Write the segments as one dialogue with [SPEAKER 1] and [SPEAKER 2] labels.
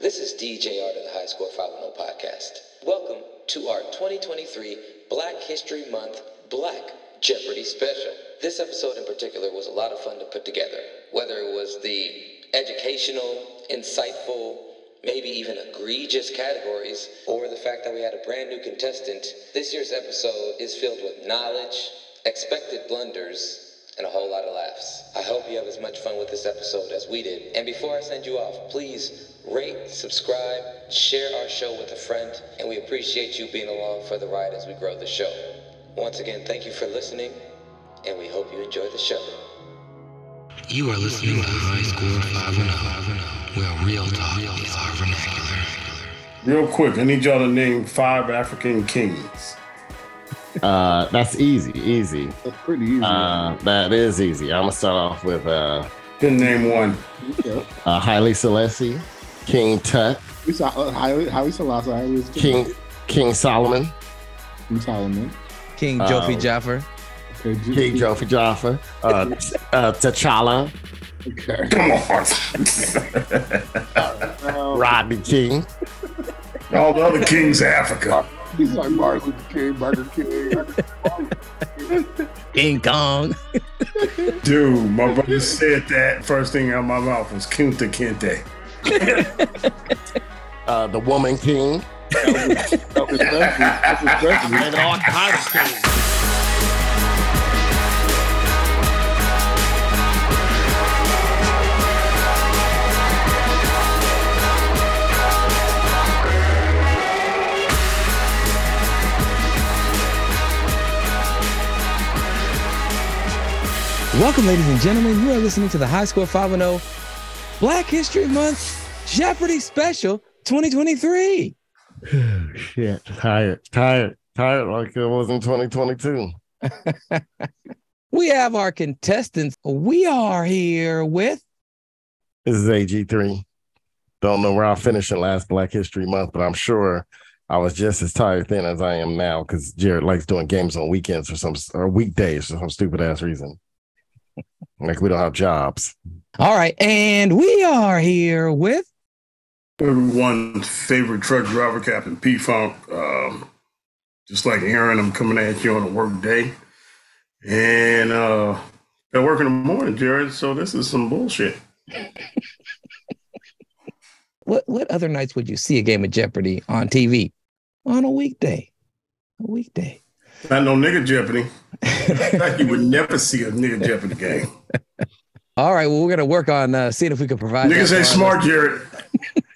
[SPEAKER 1] This is DJ Art of the High Score 510 podcast. Welcome to our 2023 Black History Month Black Jeopardy special. This episode in particular was a lot of fun to put together, whether it was the educational, insightful, maybe even egregious categories, or the fact that we had a brand new contestant. This year's episode is filled with knowledge, expected blunders, and a whole lot of laughs. I hope you have as much fun with this episode as we did. And before I send you off, please rate, subscribe, share our show with a friend, and we appreciate you being along for the ride as we grow the show. Once again, thank you for listening, and we hope you enjoy the show.
[SPEAKER 2] You are listening to High Score 510, where real talk is our vernacular.
[SPEAKER 3] Real quick, I need y'all to name five African kings.
[SPEAKER 4] Uh, that's easy, easy.
[SPEAKER 5] That's pretty easy.
[SPEAKER 4] Uh, that is easy. I'm gonna start off with uh,
[SPEAKER 3] Then name one.
[SPEAKER 5] yeah.
[SPEAKER 4] uh Haile Selassie, King Tut,
[SPEAKER 5] We saw uh, Haile, Haile Selassie, Haile Selassie,
[SPEAKER 4] King King Solomon,
[SPEAKER 5] King Solomon,
[SPEAKER 6] King
[SPEAKER 4] Um,
[SPEAKER 6] Joffy Jaffer.
[SPEAKER 5] okay, Ju-
[SPEAKER 4] King Jofi Jaffa, uh, t- uh, T'Challa,
[SPEAKER 5] okay.
[SPEAKER 3] Come on.
[SPEAKER 4] Rodney King,
[SPEAKER 3] All the other kings of Africa.
[SPEAKER 5] He's like Martin Luther King, Martin King.
[SPEAKER 6] King Kong.
[SPEAKER 3] Dude, my brother said that. First thing out my mouth was Kunta Kinte.
[SPEAKER 4] uh, the Woman King,
[SPEAKER 5] Elvis Presley, Elvis Presley.
[SPEAKER 4] and all kinds of kings.
[SPEAKER 6] Welcome, ladies and gentlemen. You are listening to the High Score 510 Black History Month Jeopardy Special 2023.
[SPEAKER 4] Shit, tired, tired, tired, like it was in 2022.
[SPEAKER 6] We have our contestants. We are here with
[SPEAKER 4] This is AG3. Don't know where I'll finish in last Black History Month, but I'm sure I was just as tired then as I am now because Jared likes doing games on weekends for some or weekdays for some stupid ass reason. like we don't have jobs.
[SPEAKER 6] all right, and we are here with
[SPEAKER 3] Everyone's favorite truck driver, Captain P Funk. Um, just like hearing him coming at you on a work day. And uh, I work in the morning, Jared, so this is some bullshit.
[SPEAKER 6] what what other nights would you see a game of Jeopardy on TV? On a weekday. A weekday.
[SPEAKER 3] Not no nigga Jeopardy. Like you would never see a nigga Jeopardy game.
[SPEAKER 6] all right, well, we're gonna work on uh, seeing if we can provide that
[SPEAKER 3] Niggas
[SPEAKER 6] for our
[SPEAKER 3] ain't smart, Jared.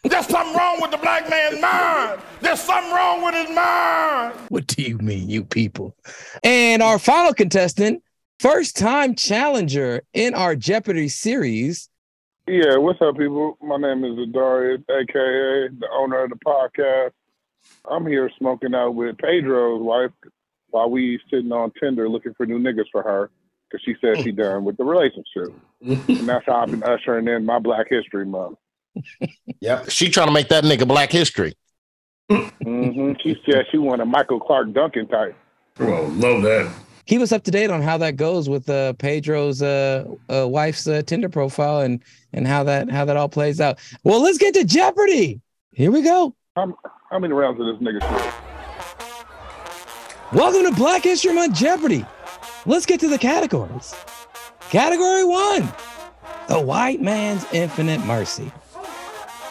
[SPEAKER 7] There's something wrong with the black man's mind. There's something wrong with his mind.
[SPEAKER 6] What do you mean, you people? And our final contestant, first time challenger in our Jeopardy series.
[SPEAKER 8] Yeah, what's up, people? My name is Adarius, aka the owner of the podcast. I'm here smoking out with Pedro's wife while we sitting on Tinder looking for new niggas for her because she said she done with the relationship, and that's how I've been ushering in my Black History Month.
[SPEAKER 4] Yep. She trying to make that nigga black history.
[SPEAKER 8] hmm She said she wanted Michael Clark Duncan type.
[SPEAKER 3] Well, love that.
[SPEAKER 6] He was up to date on how that goes with uh, Pedro's uh, uh, wife's uh, Tinder profile and and how that how that all plays out. Well, let's get to Jeopardy. Here we go.
[SPEAKER 8] How, how many rounds of this nigga shit?
[SPEAKER 6] Welcome to Black History Month Jeopardy. Let's get to the categories. Category one: The White Man's Infinite Mercy.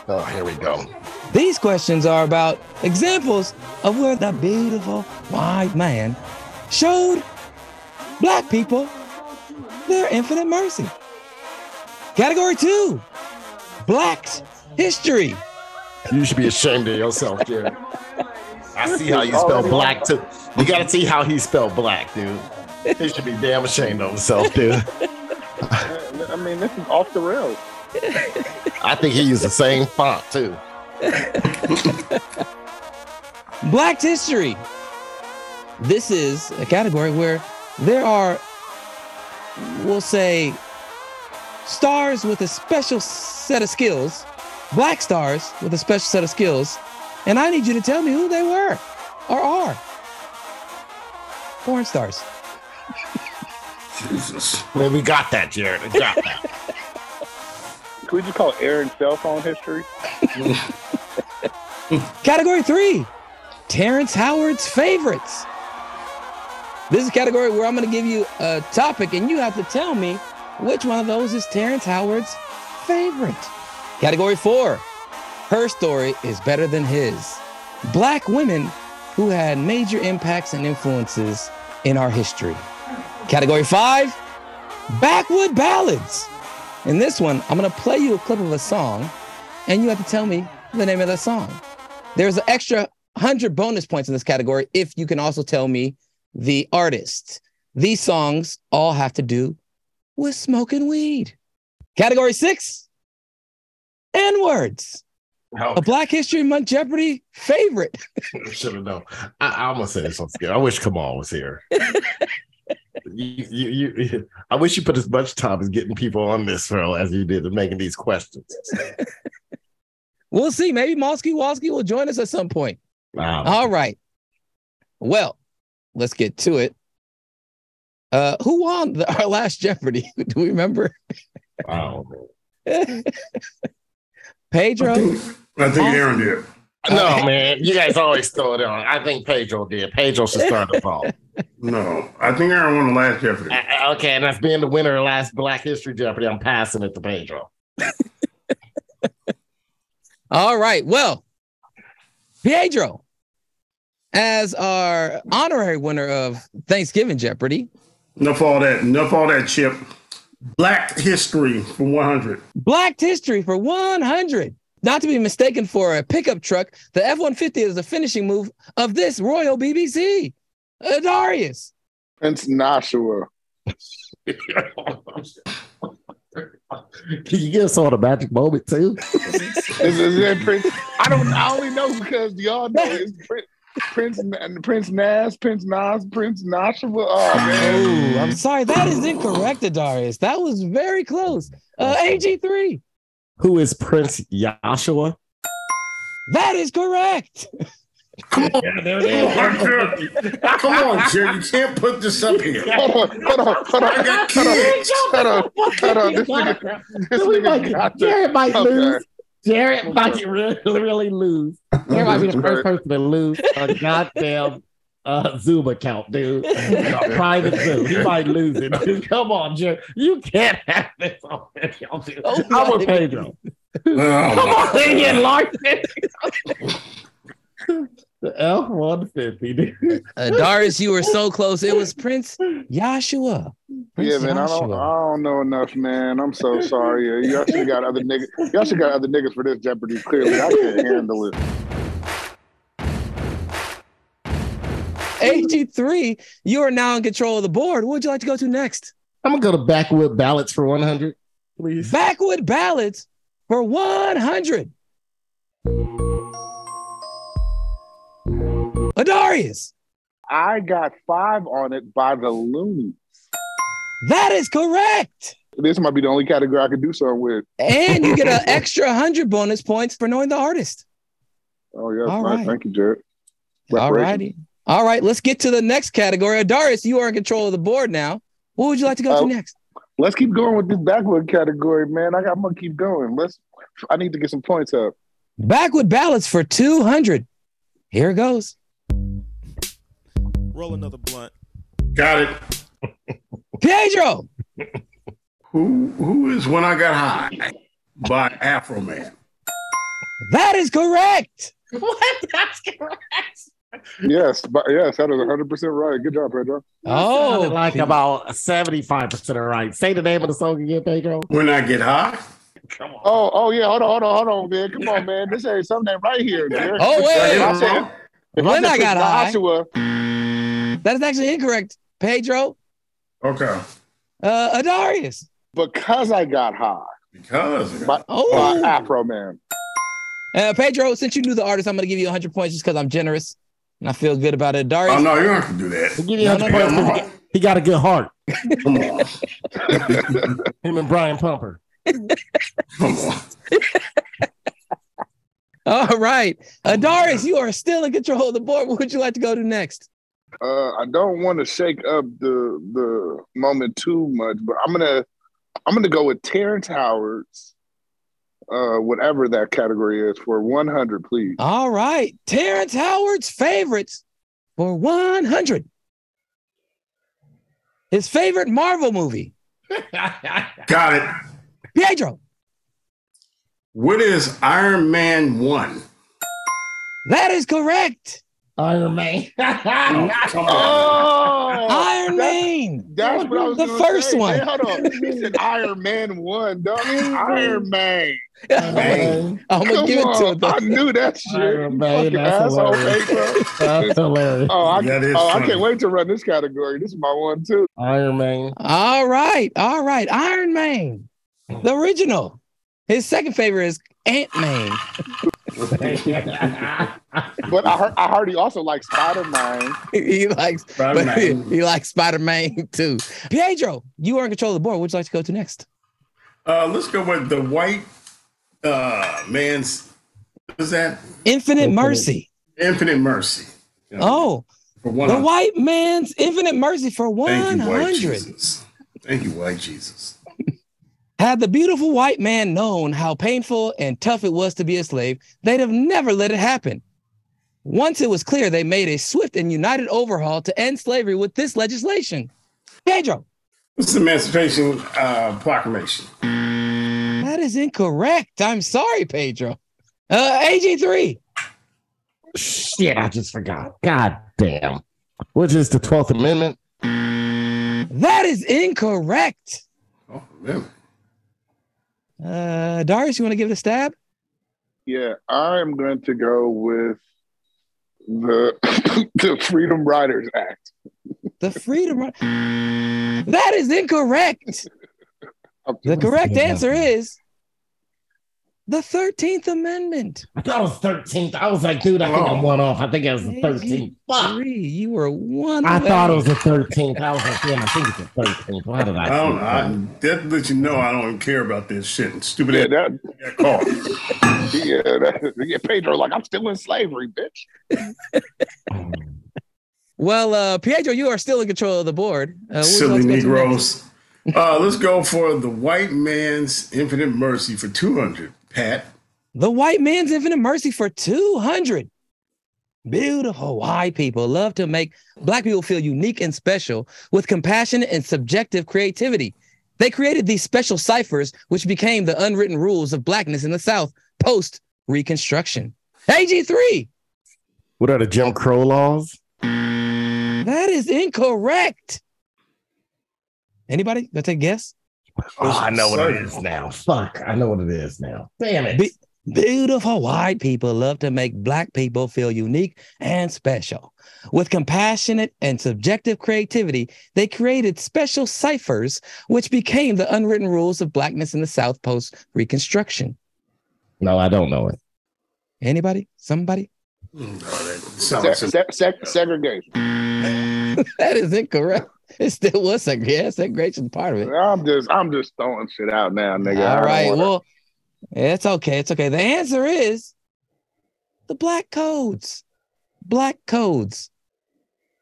[SPEAKER 4] Oh, here we go.
[SPEAKER 6] These questions are about examples of where the beautiful white man showed black people their infinite mercy. Category two, Black's history.
[SPEAKER 4] You should be ashamed of yourself, Jared. I see how you
[SPEAKER 8] Oh,
[SPEAKER 4] spell black too. You gotta see how he spelled black, dude. He should be damn ashamed of himself, dude.
[SPEAKER 8] I I mean, this is off the rails.
[SPEAKER 4] I think he used the same font too.
[SPEAKER 6] Black's history. This is a category where there are, we'll say, stars with a special set of skills, black stars with a special set of skills, and I need you to tell me who they were or are. Porn stars.
[SPEAKER 3] Jesus.
[SPEAKER 4] Well, we got that, Jared. We got that.
[SPEAKER 8] Could we just call Aaron's cell phone history?
[SPEAKER 6] Category three Terrence Howard's favorites. This is a category where I'm going to give you a topic and you have to tell me which one of those is Terrence Howard's favorite. Category four Her story is better than his. Black women who had major impacts and influences in our history. Category five Backwood Ballads. In this one, I'm going to play you a clip of a song and you have to tell me the name of that song. There's an extra 100 bonus points in this category if you can also tell me the artist. These songs all have to do with smoking weed. Category six N words.
[SPEAKER 4] Oh,
[SPEAKER 6] A Black History Month Jeopardy favorite.
[SPEAKER 4] should have known. I, I almost said something. Scary. I wish Kamal was here. you, you, you, I wish you put as much time as getting people on this show as you did in making these questions.
[SPEAKER 6] We'll see. Maybe Mosky Walski will join us at some point.
[SPEAKER 4] Wow.
[SPEAKER 6] All right. Well, let's get to it. Uh, who won the, our last Jeopardy? Do we remember?
[SPEAKER 4] wow.
[SPEAKER 3] I
[SPEAKER 6] Pedro.
[SPEAKER 3] think, I think Aaron did.
[SPEAKER 4] No, man, you guys always throw it on. I think Pedro did. Pedro should start the ball.
[SPEAKER 3] No, I think Aaron won the last Jeopardy.
[SPEAKER 4] I- I- okay, and that's being the winner of last Black History Jeopardy. I'm passing it to Pedro.
[SPEAKER 6] All right. Well, Pedro, as our honorary winner of Thanksgiving Jeopardy,
[SPEAKER 3] Enough all that. Enough all that. Chip. Black history for 100.
[SPEAKER 6] Black History for 100. Not to be mistaken for a pickup truck, the F 150 is the finishing move of this Royal BBC. Uh, Darius.
[SPEAKER 8] Prince Nashua.
[SPEAKER 4] Can you give us all the magic moment too?
[SPEAKER 8] Is, is that Prince? I don't. I only know because y'all know it's Prince. Prince N- Prince Nas, Prince Nas, Prince Nashua. Oh man,
[SPEAKER 6] I'm sorry, that is incorrect, Darius. That was very close. Uh, AG3.
[SPEAKER 4] Who is Prince Yashua?
[SPEAKER 6] That is correct.
[SPEAKER 3] Come on, Chip. Come on, Chip. You can't put this up here.
[SPEAKER 8] hold on, hold on, hold on,
[SPEAKER 3] got
[SPEAKER 8] hold on, hold on, hold on. This nigga, this nigga got the.
[SPEAKER 4] Jared might
[SPEAKER 8] Okay.
[SPEAKER 4] lose. Jared might really, really lose. Jared might be the first person to lose a goddamn uh, Zoom account, dude. A private Zoom. He might lose it. Dude, Come on, Jared. You can't have this already. on Zoom.
[SPEAKER 6] Oh,
[SPEAKER 4] I'm with
[SPEAKER 6] my.
[SPEAKER 4] Pedro. Come
[SPEAKER 3] Oh,
[SPEAKER 4] on, Ian Larson. the F one fifty, dude.
[SPEAKER 6] Uh, Darius, you were so close. It was Prince Yashua.
[SPEAKER 8] Yeah, man, I don't, I don't know enough, man. I'm so sorry. Y'all should got other niggas. Y'all should got other niggas for this Jeopardy. Clearly, I can't handle it.
[SPEAKER 6] AG3, you are now in control of the board. What would you like to go to next?
[SPEAKER 4] I'm gonna go to backwood ballots for one hundred, please.
[SPEAKER 6] Backwood Ballads for 100. Adarius,
[SPEAKER 8] I got five on it by the loony.
[SPEAKER 6] that is correct.
[SPEAKER 8] This might be the only category I could do something with.
[SPEAKER 6] And you get an extra 100 bonus points for knowing the artist.
[SPEAKER 8] Oh yeah,
[SPEAKER 6] All
[SPEAKER 8] nice.
[SPEAKER 6] right.
[SPEAKER 8] thank you, Jared.
[SPEAKER 6] All
[SPEAKER 8] Reparations.
[SPEAKER 6] righty. All right, let's get to the next category. Darius, you are in control of the board now. What would you like to go
[SPEAKER 8] Oh.
[SPEAKER 6] to next?
[SPEAKER 8] Let's keep going with this backward category, man. I got, I'm gonna keep going. Let's. I need to get some points up.
[SPEAKER 6] Backwood ballots for 200. Here it goes.
[SPEAKER 9] Roll another blunt.
[SPEAKER 3] got it.
[SPEAKER 6] Pedro,
[SPEAKER 3] Who Who is When I Got High by Afro Man?
[SPEAKER 6] that is correct.
[SPEAKER 8] Yes, but yes, that is 100 percent right. Good job, Pedro.
[SPEAKER 6] Oh,
[SPEAKER 4] like about seventy-five percent of right. Say the name of the song again, Pedro.
[SPEAKER 3] When I Get High?
[SPEAKER 8] Oh, oh yeah, hold on, hold on, hold on, man. Come on, man. This ain't something right here. Man.
[SPEAKER 6] Oh, wait,
[SPEAKER 8] If
[SPEAKER 6] wait,
[SPEAKER 8] I
[SPEAKER 3] Am I
[SPEAKER 8] said-
[SPEAKER 3] wrong?
[SPEAKER 8] if
[SPEAKER 6] When
[SPEAKER 8] said
[SPEAKER 6] I got high.
[SPEAKER 8] Joshua,
[SPEAKER 6] that is actually incorrect. Pedro,
[SPEAKER 3] Okay.
[SPEAKER 6] uh, Adarius.
[SPEAKER 8] because I got high
[SPEAKER 3] Because.
[SPEAKER 8] by, by
[SPEAKER 6] Oh,
[SPEAKER 8] Afro Man.
[SPEAKER 6] uh, Pedro, since you knew the artist, I'm going to give you 100 points just because I'm generous and I feel good about it.
[SPEAKER 3] Oh,
[SPEAKER 6] Darius,
[SPEAKER 3] no, you don't have to do
[SPEAKER 4] We'll
[SPEAKER 3] that.
[SPEAKER 4] give you
[SPEAKER 6] No, no,
[SPEAKER 4] 100
[SPEAKER 6] no,
[SPEAKER 3] no.
[SPEAKER 4] points. He got- He got a good heart.
[SPEAKER 3] Come on.
[SPEAKER 4] Him and Brian Pumper.
[SPEAKER 3] Come on.
[SPEAKER 6] all right. Adarius, you are still in control of the board. What would you like to go to next?
[SPEAKER 8] Uh, I don't want to shake up the the moment too much, but I'm gonna I'm gonna go with Terrence Howard's
[SPEAKER 10] uh, whatever that category is for 100, please.
[SPEAKER 6] All right. Terrence Howard's favorites for 100. His favorite Marvel movie,
[SPEAKER 3] Got it.
[SPEAKER 6] Pedro.
[SPEAKER 3] What is Iron Man 1?
[SPEAKER 6] That is correct.
[SPEAKER 4] Iron Man.
[SPEAKER 3] Come on.
[SPEAKER 8] Oh,
[SPEAKER 6] Iron Man.
[SPEAKER 8] that's what I was
[SPEAKER 6] The
[SPEAKER 8] gonna
[SPEAKER 6] first
[SPEAKER 8] say.
[SPEAKER 6] one.
[SPEAKER 8] Hey, hold on. He said Iron Man one, dog. It's Iron Man.
[SPEAKER 4] Iron Man.
[SPEAKER 6] I'm gonna
[SPEAKER 8] Come
[SPEAKER 6] give it to
[SPEAKER 8] on.
[SPEAKER 6] him.
[SPEAKER 8] I
[SPEAKER 6] though.
[SPEAKER 8] knew that shit.
[SPEAKER 4] Iron
[SPEAKER 8] You
[SPEAKER 4] Man,
[SPEAKER 8] fucking
[SPEAKER 4] that's
[SPEAKER 8] asshole,
[SPEAKER 4] hilarious.
[SPEAKER 8] Pedro.
[SPEAKER 4] That's hilarious.
[SPEAKER 8] Oh, I,
[SPEAKER 3] That is
[SPEAKER 8] oh I
[SPEAKER 3] funny.
[SPEAKER 8] can't wait to run this category. This is my one too.
[SPEAKER 4] Iron Man.
[SPEAKER 6] All right, all right. Iron Man, the original. His second favorite is Ant Man.
[SPEAKER 8] But I heard, I heard he also likes Spider Man.
[SPEAKER 6] he likes,
[SPEAKER 3] Spider
[SPEAKER 6] but he,
[SPEAKER 3] Man.
[SPEAKER 6] likes Spider Man too. Pedro, you are in control of the board. What'd you like to go to next?
[SPEAKER 3] Uh, let's go with the white uh, man's. What is that?
[SPEAKER 6] Infinite Mercy.
[SPEAKER 3] Infinite Mercy.
[SPEAKER 6] Oh,
[SPEAKER 3] For
[SPEAKER 6] the
[SPEAKER 3] 100.
[SPEAKER 6] white man's Infinite Mercy for one
[SPEAKER 3] Thank you, white
[SPEAKER 6] hundred.
[SPEAKER 3] Jesus. Thank you, white Jesus.
[SPEAKER 6] Had the beautiful white man known how painful and tough it was to be a slave, they'd have never let it happen. Once it was clear, they made a swift and united overhaul to end slavery with this legislation. Pedro,
[SPEAKER 3] What's the Emancipation uh, Proclamation?
[SPEAKER 6] that is incorrect. I'm sorry, Pedro. Uh, AG3,
[SPEAKER 4] Shit, I just forgot. God damn. Which is the 12th Amendment.
[SPEAKER 6] that is incorrect.
[SPEAKER 3] Oh, man.
[SPEAKER 6] Uh, Darius, you want to give it a stab?
[SPEAKER 10] Yeah, I'm going to go with the the Freedom Riders Act.
[SPEAKER 6] The freedom. Ri-
[SPEAKER 4] Mm.
[SPEAKER 6] that is incorrect.
[SPEAKER 10] I'm
[SPEAKER 6] The correct
[SPEAKER 4] Yeah.
[SPEAKER 6] answer is the 13th Amendment.
[SPEAKER 4] I thought it was 13th. I was like, dude, I think I'm one off. I think it was the 13th. Fuck.
[SPEAKER 6] Three, you were one.
[SPEAKER 4] I
[SPEAKER 6] away.
[SPEAKER 4] thought it was the 13th. I was like, damn, I think it's the 13th. Why did I?
[SPEAKER 3] I
[SPEAKER 4] say
[SPEAKER 3] don't know.
[SPEAKER 4] that?
[SPEAKER 3] I, that lets you know I don't even care about this shit. Stupid
[SPEAKER 10] Yeah,
[SPEAKER 3] ass
[SPEAKER 10] that,
[SPEAKER 3] that car.
[SPEAKER 10] yeah, that, yeah, Pedro, like I'm still in slavery, bitch.
[SPEAKER 6] Well, uh, Pietro, you are still in control of the board. Uh, what would you
[SPEAKER 3] Silly
[SPEAKER 6] like to go to next?
[SPEAKER 3] Negroes. Uh, let's go for the white man's infinite mercy for 200, Pat.
[SPEAKER 6] The white man's infinite mercy for 200. Beautiful white people love to make black people feel unique and special with compassion and subjective creativity. They created these special ciphers, which became the unwritten rules of blackness in the South post Reconstruction. AG3,
[SPEAKER 11] What are the Jim Crow laws?
[SPEAKER 6] that is incorrect. Anybody? Gonna take a guess?
[SPEAKER 4] Oh, I know what it is now. Fuck. I know what it is now. Damn it.
[SPEAKER 6] Be- Beautiful white people love to make black people feel unique and special. With compassionate and subjective creativity, they created special ciphers, which became the unwritten rules of blackness in the South post Reconstruction.
[SPEAKER 4] No, I don't know it.
[SPEAKER 6] Anybody? Somebody?
[SPEAKER 3] Oh, Sounds
[SPEAKER 10] Se-
[SPEAKER 3] like
[SPEAKER 10] se- se- segregation.
[SPEAKER 6] That is incorrect. It still was like, yeah, segregation part of it.
[SPEAKER 10] I'm just, I'm just throwing shit out now, nigga. I
[SPEAKER 6] All
[SPEAKER 10] don't
[SPEAKER 6] right.
[SPEAKER 10] wanna-
[SPEAKER 6] Well, it's okay. It's okay. The answer is the black codes, black codes,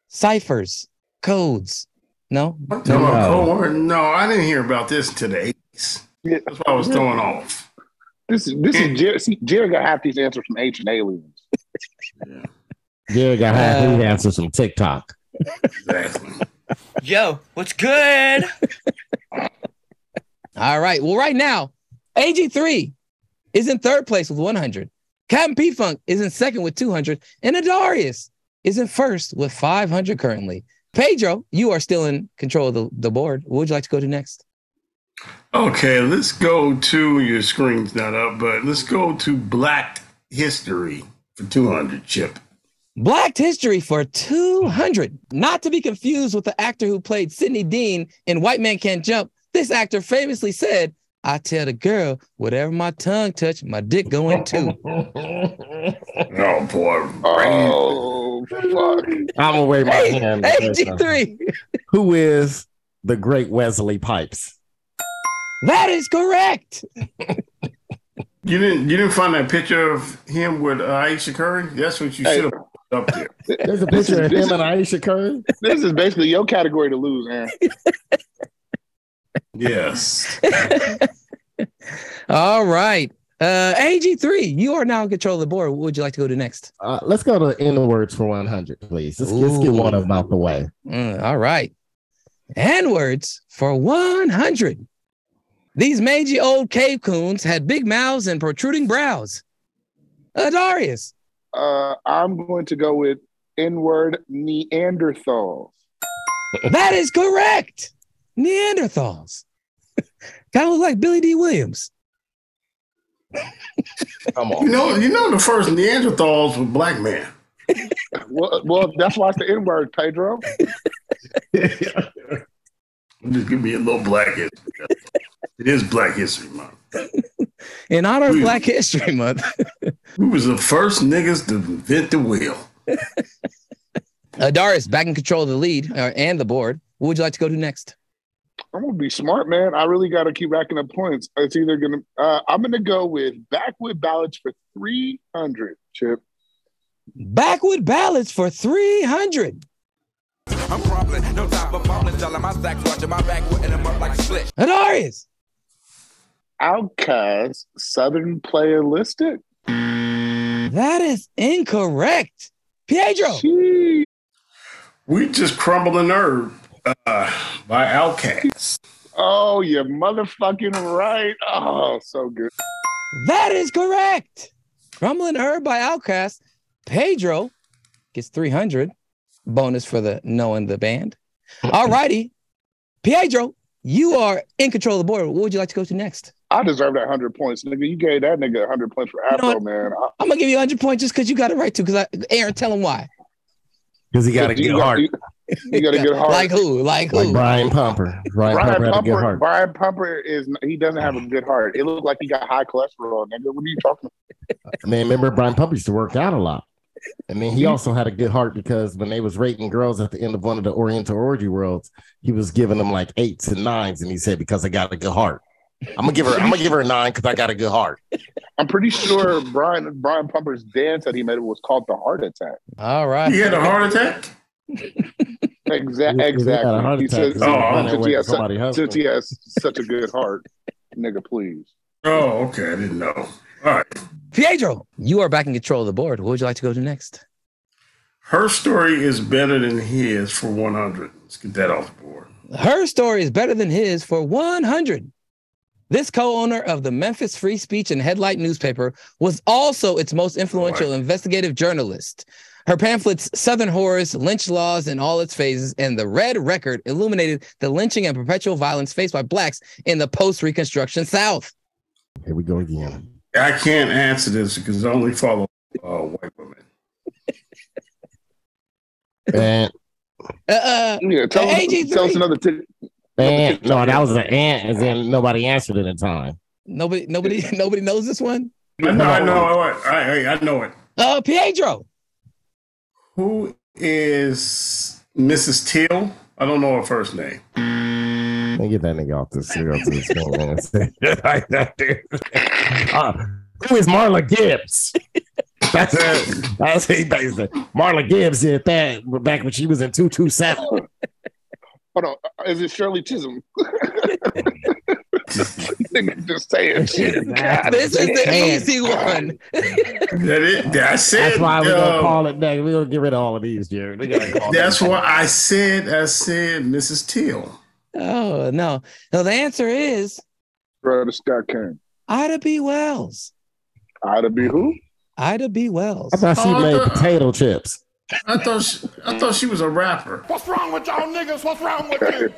[SPEAKER 6] ciphers, codes. No,
[SPEAKER 3] I'm talking about
[SPEAKER 4] No.
[SPEAKER 3] cohort. No, I didn't hear about this today. That's
[SPEAKER 10] Yeah.
[SPEAKER 3] what I was throwing off.
[SPEAKER 10] this is this is Jer- see, Jerry got half these answers from ancient aliens.
[SPEAKER 4] Jerry got half
[SPEAKER 6] Uh,
[SPEAKER 4] lead answers from TikTok.
[SPEAKER 3] Exactly.
[SPEAKER 12] Yo, what's good?
[SPEAKER 6] All right. Well, right now, AG3 is in third place with 100. Captain P Funk is in second with 200. And Adarius is in first with 500 currently. Pedro, you are still in control of the, the board. What would you like to go to next?
[SPEAKER 3] Okay, let's go to your screen's not up, but let's go to Black History for 200, Chip.
[SPEAKER 6] Black History for 200. Not to be confused with the actor who played Sidney Dean in White Man Can't Jump. This actor famously said, I tell the girl, whatever my tongue touch, my dick going to.
[SPEAKER 3] Oh, boy.
[SPEAKER 10] Oh fuck!
[SPEAKER 4] I'm gonna wave my hand.
[SPEAKER 6] AG3.
[SPEAKER 4] Who is the great Wesley Pipes?
[SPEAKER 6] That is correct.
[SPEAKER 3] You didn't you didn't find that picture of him with uh, Aisha Curry? That's what you
[SPEAKER 10] Hey.
[SPEAKER 3] should have put up there.
[SPEAKER 4] There's a
[SPEAKER 10] This is-
[SPEAKER 4] picture of
[SPEAKER 10] this
[SPEAKER 4] him and Aisha Curry.
[SPEAKER 10] This is basically your category to lose, Aaron.
[SPEAKER 3] Yes.
[SPEAKER 6] All right. Uh, AG3, you are now in control of the board. What would you like to go to next?
[SPEAKER 4] Uh, let's go to N words for 100, please. Let's, let's get
[SPEAKER 6] Ooh.
[SPEAKER 4] one of them out the way.
[SPEAKER 6] Mm, all right. And words for 100. These mangy old cave coons had big mouths and protruding brows. Adarius.
[SPEAKER 8] Uh, I'm going to go with N-word Neanderthals.
[SPEAKER 6] That is correct. Neanderthals. kind of look like Billy D. Williams.
[SPEAKER 4] Come
[SPEAKER 3] You know, you know, the first Neanderthals were black men.
[SPEAKER 8] Well, well, that's why it's the N-word, Pedro.
[SPEAKER 3] Just give me a little black history. it is Black History Month.
[SPEAKER 6] In honor of
[SPEAKER 3] Ooh.
[SPEAKER 6] Black History Month,
[SPEAKER 3] We was the first niggas to invent the wheel.
[SPEAKER 6] Adarius back in control of the lead uh, and the board. What would you like to go to next?
[SPEAKER 8] I'm gonna be smart, man. I really got to keep racking up points. It's either gonna. Uh, I'm gonna go with backwood ballots for 300. Chip.
[SPEAKER 6] Backwood ballots for 300.
[SPEAKER 13] I'm crumbling, no time for fumbling, telling my stacks, watching my back, putting them up like split.
[SPEAKER 6] Adarius.
[SPEAKER 8] Outcast Southern Player listed.
[SPEAKER 6] That is incorrect. Pedro.
[SPEAKER 3] We just crumbling herb uh, by Outkast.
[SPEAKER 8] Oh, you're motherfucking right. Oh, so good.
[SPEAKER 6] That is correct. Crumbling Herb by Outcast. Pedro gets 300. Bonus for the knowing the band. All righty. Pedro, you are in control of the board. What would you like to go to next?
[SPEAKER 8] I deserve that 100 points, nigga. You gave that nigga 100 points for Afro, man. I,
[SPEAKER 6] I'm going to give you 100 points just because you got it right, too. Because Aaron, tell him why.
[SPEAKER 4] Because he got to
[SPEAKER 8] You
[SPEAKER 4] get
[SPEAKER 8] got-
[SPEAKER 4] hard.
[SPEAKER 8] You, you gotta get hard.
[SPEAKER 6] Like who? Like who?
[SPEAKER 4] Like Brian Pumper. Brian,
[SPEAKER 8] Brian
[SPEAKER 4] Pumper had to get
[SPEAKER 8] Pumper,
[SPEAKER 4] hard.
[SPEAKER 8] Brian Pumper is he doesn't have a good heart. It looked like he got high cholesterol, nigga. What are you talking
[SPEAKER 4] I mean, remember Brian Pumper used to work out a lot. And then he also had a good heart because when they was rating girls at the end of one of the Oriental Orgy Worlds, he was giving them like eights and nines, and he said because I got a good heart. I'm gonna give her. I'm gonna give her a nine because I got a good heart.
[SPEAKER 8] I'm pretty sure Brian Brian Pumper's dance that he made was called the heart attack.
[SPEAKER 6] All right.
[SPEAKER 3] You had a heart attack?
[SPEAKER 8] Exactly.
[SPEAKER 4] He- he
[SPEAKER 8] exactly.
[SPEAKER 4] had a heart
[SPEAKER 8] He
[SPEAKER 4] attack
[SPEAKER 8] says,
[SPEAKER 4] 'cause he
[SPEAKER 8] "Oh,
[SPEAKER 6] Oh,
[SPEAKER 4] was running
[SPEAKER 8] since,
[SPEAKER 4] away
[SPEAKER 8] he
[SPEAKER 4] from
[SPEAKER 8] has su-
[SPEAKER 4] somebody's husband.
[SPEAKER 8] since he has such a good heart, nigga, please.
[SPEAKER 3] Oh, okay. I didn't know. All right.
[SPEAKER 6] Pedro, you are back in control of the board. What would you like to go to next?
[SPEAKER 3] Her story is better than his for 100. Let's get that off the board.
[SPEAKER 6] Her story is better than his for 100. This co owner of the Memphis Free Speech and Headlight newspaper was also its most influential investigative journalist. Her pamphlets, Southern Horrors, Lynch Laws in All Its Phases, and The Red Record illuminated the lynching and perpetual violence faced by blacks in the post Reconstruction South.
[SPEAKER 4] Here we go again.
[SPEAKER 3] I can't answer this because I only follow uh, white women.
[SPEAKER 4] And,
[SPEAKER 6] Uh, uh,
[SPEAKER 8] Yeah, tell, us,
[SPEAKER 6] AG3.
[SPEAKER 8] tell us another tick.
[SPEAKER 4] and no, that was an ant, and then nobody answered it in time.
[SPEAKER 6] nobody, nobody, nobody knows this one.
[SPEAKER 3] I know, I know, I, I, I know it.
[SPEAKER 6] Uh, Pedro.
[SPEAKER 3] Who is Mrs. Till? I don't know her first name.
[SPEAKER 4] Let me get that nigga off this, off this phone, man. Like that, dude. Uh, who is Marla Gibbs? That's it. That's he basically. Marla Gibbs did that back when she was in two two seven.
[SPEAKER 8] Hold on. uh, Is it Shirley Chisholm? nigga, just saying shit. God.
[SPEAKER 6] This is the
[SPEAKER 4] damn.
[SPEAKER 6] easy one.
[SPEAKER 3] That it, I said,
[SPEAKER 4] That's why we're gonna
[SPEAKER 3] uh,
[SPEAKER 4] call it back. We're gonna get rid of all of these, Jared. We're gonna call
[SPEAKER 3] That's
[SPEAKER 4] it.
[SPEAKER 3] why I said, I said Mrs. Till.
[SPEAKER 6] Oh, no. No, the answer is
[SPEAKER 8] Brother Scott King.
[SPEAKER 6] Ida B. Wells.
[SPEAKER 8] Ida B. Who?
[SPEAKER 6] Ida B. Wells.
[SPEAKER 4] I thought she
[SPEAKER 3] Oh,
[SPEAKER 4] made
[SPEAKER 3] uh,
[SPEAKER 4] potato chips.
[SPEAKER 3] I thought she, I thought she was a rapper.
[SPEAKER 7] What's wrong with y'all niggas? What's wrong with you?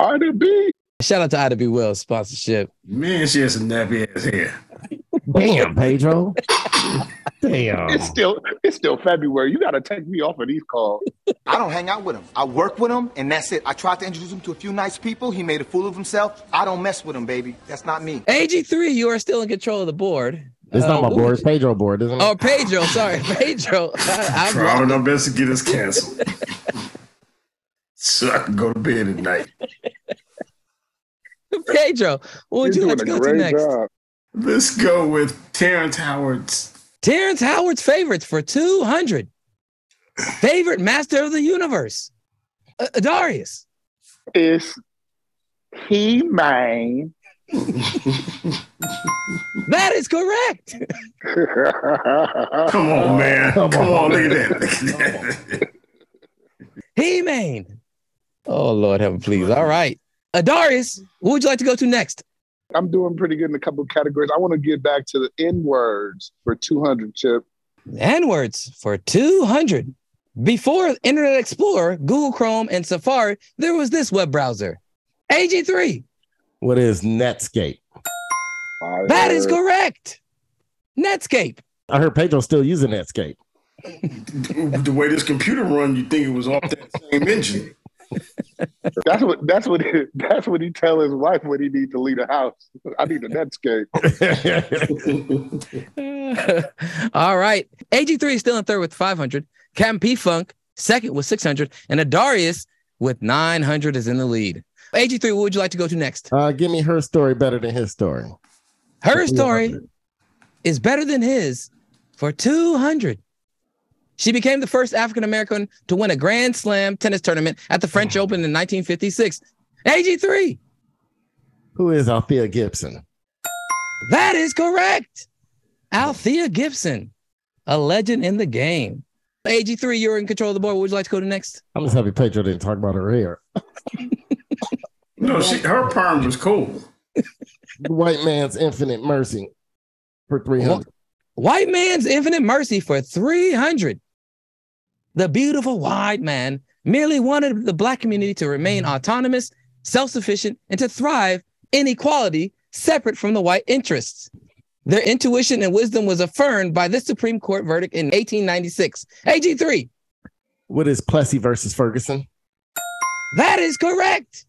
[SPEAKER 8] Ida B.
[SPEAKER 6] Shout out to Ida B. Wells sponsorship.
[SPEAKER 3] Man, she has a nappy ass hair.
[SPEAKER 4] Damn, Pedro. Damn.
[SPEAKER 8] It's still it's still February. You gotta take me off of these calls.
[SPEAKER 14] I don't hang out with him. I work with him, and that's it. I tried to introduce him to a few nice people. He made a fool of himself. I don't mess with him, baby. That's not me.
[SPEAKER 6] AG3, you are still in control of the board.
[SPEAKER 4] It's
[SPEAKER 6] Uh,
[SPEAKER 4] not my
[SPEAKER 6] who
[SPEAKER 4] board.
[SPEAKER 6] would
[SPEAKER 4] It's Pedro board, isn't
[SPEAKER 6] you-
[SPEAKER 4] it?
[SPEAKER 6] Oh, Pedro. Sorry, Pedro. I, I'm
[SPEAKER 3] Trying
[SPEAKER 6] wrong.
[SPEAKER 3] our best to get us canceled. so I can go to bed at night.
[SPEAKER 6] Pedro, what would you
[SPEAKER 8] You're
[SPEAKER 6] like to
[SPEAKER 8] doing
[SPEAKER 6] go
[SPEAKER 8] a
[SPEAKER 6] to
[SPEAKER 8] great
[SPEAKER 6] next?
[SPEAKER 8] job.
[SPEAKER 3] Let's go with Terrence Howard's.
[SPEAKER 6] Terrence Howard's favorites for 200. Favorite master of the universe, uh, Darius.
[SPEAKER 8] It's he mine
[SPEAKER 6] that is correct.
[SPEAKER 3] Come
[SPEAKER 8] Uh,
[SPEAKER 4] Oh,
[SPEAKER 3] on, man. Come, on. Look at that.
[SPEAKER 6] He Man. Oh Lord, heaven please. All right, Adarius, what would you like to go to next?
[SPEAKER 8] I'm doing pretty good in a couple of categories. I want to get back to the N words for 200 chip.
[SPEAKER 6] N words for 200. Before Internet Explorer, Google Chrome, and Safari, there was this web browser, AG3.
[SPEAKER 4] What is Netscape?
[SPEAKER 6] That
[SPEAKER 8] Uh.
[SPEAKER 6] is correct. Netscape.
[SPEAKER 4] I heard Pedro's still using Netscape.
[SPEAKER 3] the way this computer run, you think it was off that same engine.
[SPEAKER 8] That's what that's what he, that's what he tell his wife when he need to leave the house. I need a Netscape.
[SPEAKER 6] All right. AG3 is still in third with 500. Captain P Funk, second with 600. And Adarius with 900 is in the lead. AG3, what would you like to go to next?
[SPEAKER 4] Uh, give me her story better than his story.
[SPEAKER 6] Her story is better than his for 200. She became the first African American to win a Grand Slam tennis tournament at the French Open in 1956. AG3,
[SPEAKER 4] Who is Althea Gibson?
[SPEAKER 6] that is correct. Althea Gibson, a legend in the game. AG3, you're in control of the board. What would you like to go to next?
[SPEAKER 4] I'm just happy Pedro didn't talk about her hair.
[SPEAKER 3] No, she, her perm was cool.
[SPEAKER 4] The white man's infinite mercy for 300.
[SPEAKER 6] White man's infinite mercy for 300. The beautiful white man merely wanted the black community to remain
[SPEAKER 4] Mm-hmm.
[SPEAKER 6] autonomous, self sufficient, and to thrive in equality separate from the white interests. Their intuition and wisdom was affirmed by this Supreme Court verdict in 1896. AG3,
[SPEAKER 4] What is Plessy versus Ferguson?
[SPEAKER 6] that is correct.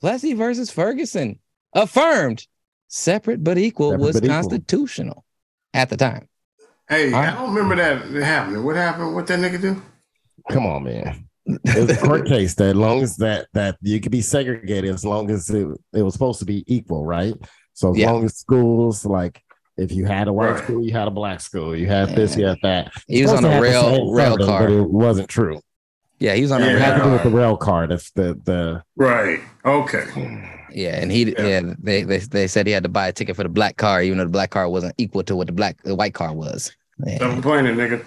[SPEAKER 6] Plessy versus Ferguson, affirmed, separate but equal
[SPEAKER 4] Separate
[SPEAKER 6] was
[SPEAKER 4] but equal.
[SPEAKER 6] constitutional at the time.
[SPEAKER 3] Hey,
[SPEAKER 6] All
[SPEAKER 3] I don't remember that happening. What happened? What that nigga do?
[SPEAKER 4] Come on, man. It was a court case that as long as that that you could be segregated as long as it, it was supposed to be equal, right? So as
[SPEAKER 6] Yeah.
[SPEAKER 4] long as schools like if you had a white
[SPEAKER 6] Right.
[SPEAKER 4] school, you had a black school, you had this, you had that.
[SPEAKER 6] He was
[SPEAKER 4] Supposed
[SPEAKER 6] on
[SPEAKER 4] to
[SPEAKER 6] a
[SPEAKER 4] have the
[SPEAKER 6] rail-
[SPEAKER 4] same
[SPEAKER 6] rail
[SPEAKER 4] funding,
[SPEAKER 6] car.
[SPEAKER 4] but it wasn't true.
[SPEAKER 6] Yeah, he was on a
[SPEAKER 4] It had
[SPEAKER 6] rail
[SPEAKER 4] to do with
[SPEAKER 6] car.
[SPEAKER 4] the rail car. That's the the
[SPEAKER 3] Right. Okay.
[SPEAKER 6] Yeah, and he yeah, they, they they said he had to buy a ticket for the black car, even though the black car wasn't equal to what the black the white car was.
[SPEAKER 3] Stop complaining, nigga.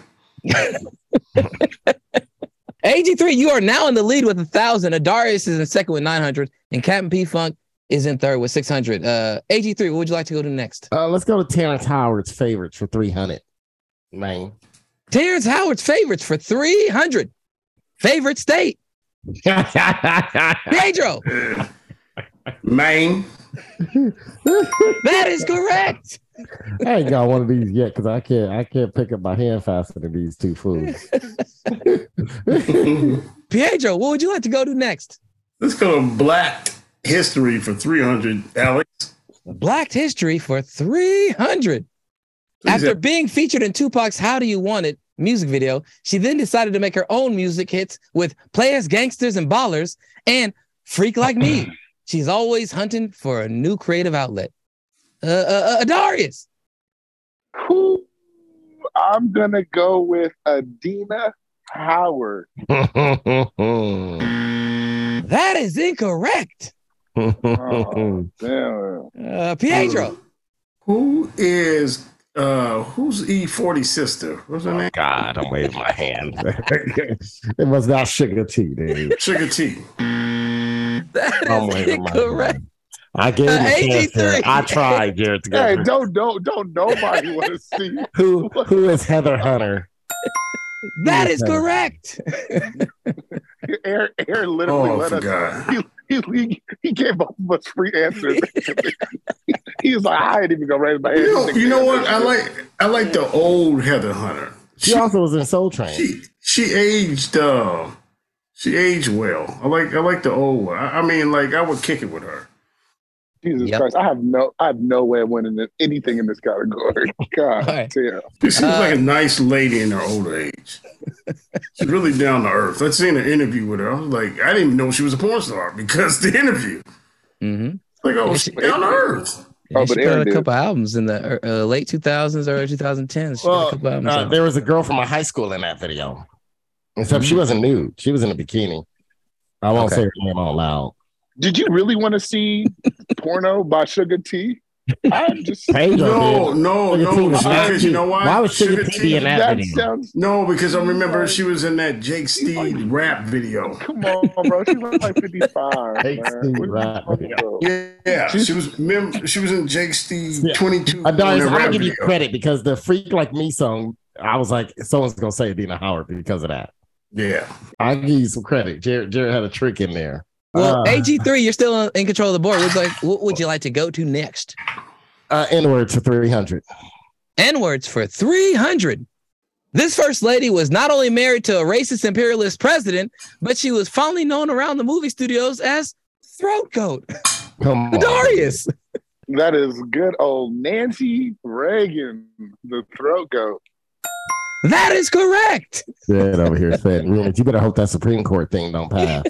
[SPEAKER 6] AG3, you are now in the lead with a thousand. Adarius is in second with nine hundred, and Captain P Funk is in third with six hundred. Uh, AG3, what would you like to go to next?
[SPEAKER 4] uh, let's go to Terrence Howard's favorites for three hundred. Man,
[SPEAKER 6] Terrence Howard's favorites for three hundred. Favorite state, Pedro.
[SPEAKER 3] Maine.
[SPEAKER 6] That is correct.
[SPEAKER 4] I ain't got one of these yet because I can't I can't pick up my hand faster than these two fools.
[SPEAKER 6] Pedro, what would you like to go to next?
[SPEAKER 3] Let's go to Black History for 300, Alex.
[SPEAKER 6] Black history for 300. After being featured in Tupac's How Do You Want It music video, she then decided to make her own music hits with Players, Gangsters, and Ballers and Freak Like Me. She's always hunting for a new creative outlet. Uh, uh, uh Darius.
[SPEAKER 8] Who- I'm gonna go with Adina Howard.
[SPEAKER 6] That is incorrect.
[SPEAKER 4] Oh,
[SPEAKER 8] Damn.
[SPEAKER 6] Uh, Pietro.
[SPEAKER 3] Who is uh who's E40 sister? What's her name?
[SPEAKER 4] God, I'm waving my hand. it was not sugar tea, dude.
[SPEAKER 3] Sugar T.
[SPEAKER 6] That
[SPEAKER 4] I'm
[SPEAKER 6] is
[SPEAKER 4] waving my
[SPEAKER 6] incorrect.
[SPEAKER 4] hand. uh, I gave you Uh, a chance there.
[SPEAKER 6] 83.
[SPEAKER 4] I tried, Jared, to
[SPEAKER 8] Hey,
[SPEAKER 4] get
[SPEAKER 8] don't don't don't nobody want to see.
[SPEAKER 4] who who is Heather Hunter?
[SPEAKER 6] That is correct.
[SPEAKER 8] Air Air literally
[SPEAKER 3] Oh,
[SPEAKER 8] let
[SPEAKER 3] for
[SPEAKER 8] us.
[SPEAKER 3] God.
[SPEAKER 8] He, he, he gave both of us free answers. he was like, I ain't even gonna raise my hand.
[SPEAKER 3] You know, you know what? I like I like the old Heather Hunter.
[SPEAKER 4] She also was in Soul Train.
[SPEAKER 3] She she aged uh she aged well. I like I like the old one. I, I mean like I would kick it with her.
[SPEAKER 8] Jesus
[SPEAKER 6] Yep.
[SPEAKER 8] Christ, I have no, I have no way of winning this, anything in this category. God
[SPEAKER 6] Right.
[SPEAKER 8] damn.
[SPEAKER 3] She seems like
[SPEAKER 4] Uh,
[SPEAKER 3] a nice lady in her older age. She's really down to earth. I've seen an interview with her. I was like, I didn't even know she was a porn star because the interview.
[SPEAKER 6] Mm-hmm.
[SPEAKER 3] Like, oh,
[SPEAKER 6] Yeah,
[SPEAKER 3] she's
[SPEAKER 6] she-
[SPEAKER 3] down to earth.
[SPEAKER 8] Oh,
[SPEAKER 6] she
[SPEAKER 8] but
[SPEAKER 6] put
[SPEAKER 8] Aaron
[SPEAKER 6] out a
[SPEAKER 8] did.
[SPEAKER 6] couple albums in the uh, late 2000s, early 2010s. She put a
[SPEAKER 4] Well,
[SPEAKER 6] couple albums
[SPEAKER 4] uh,
[SPEAKER 6] out.
[SPEAKER 4] there was a girl from my high school in that video. Except she wasn't nude. She was in a bikini. I won't
[SPEAKER 6] Okay.
[SPEAKER 4] say her name out loud.
[SPEAKER 8] Did you really want to see porno by Sugar T? I'm just
[SPEAKER 3] no, no,
[SPEAKER 8] Sugar
[SPEAKER 3] no,
[SPEAKER 8] T was not
[SPEAKER 3] Because you
[SPEAKER 8] cute.
[SPEAKER 3] know why?
[SPEAKER 8] Why was Sugar T being That
[SPEAKER 3] that
[SPEAKER 8] avenue? sounds-
[SPEAKER 3] No, because I remember she was in that Jake Steed rap video.
[SPEAKER 8] Come on, bro. She looks like 55. man.
[SPEAKER 3] Yeah, yeah, she was. Mem- she was in Jake Steed twenty two.
[SPEAKER 4] Adonis, I'll Uh, give you credit because the Freak Like Me song, I was like, someone's going to say Adina Howard because of that.
[SPEAKER 3] Yeah.
[SPEAKER 4] I'll give you some credit. Jared, Jared had a trick in there.
[SPEAKER 6] Well,
[SPEAKER 4] Uh,
[SPEAKER 6] AG3, you're still in- in control of the board. Would like, what would you like to go to next?
[SPEAKER 4] uh, N word for 300.
[SPEAKER 6] N words for 300. This first lady was not only married to a racist imperialist president, but she was fondly known around the movie studios as Throat Goat.
[SPEAKER 4] Come
[SPEAKER 8] on.
[SPEAKER 6] Darius.
[SPEAKER 8] That is good old Nancy Reagan, the throat goat.
[SPEAKER 6] That is correct.
[SPEAKER 4] Jared over here said, "Rumors, you better hope that Supreme Court thing don't pass.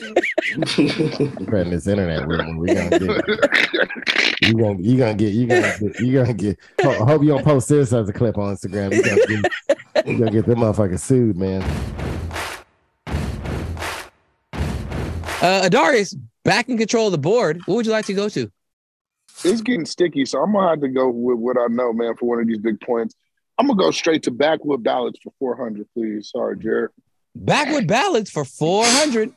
[SPEAKER 4] Spreading this internet rumor. We're going to get. You gonna you gonna get you gonna get you gonna get. ho- hope you don't post this as a clip on Instagram. You gonna get, you gonna get them motherfuckers sued, man.
[SPEAKER 6] Uh, Adarius, back in control of the board. What would you like to go to?
[SPEAKER 8] It's getting sticky, so I'm gonna have to go with what I know, man, for one of these big points. I'm gonna go straight to backwood ballots for 400, please. Sorry, Jared.
[SPEAKER 6] Backwood ballads for 400.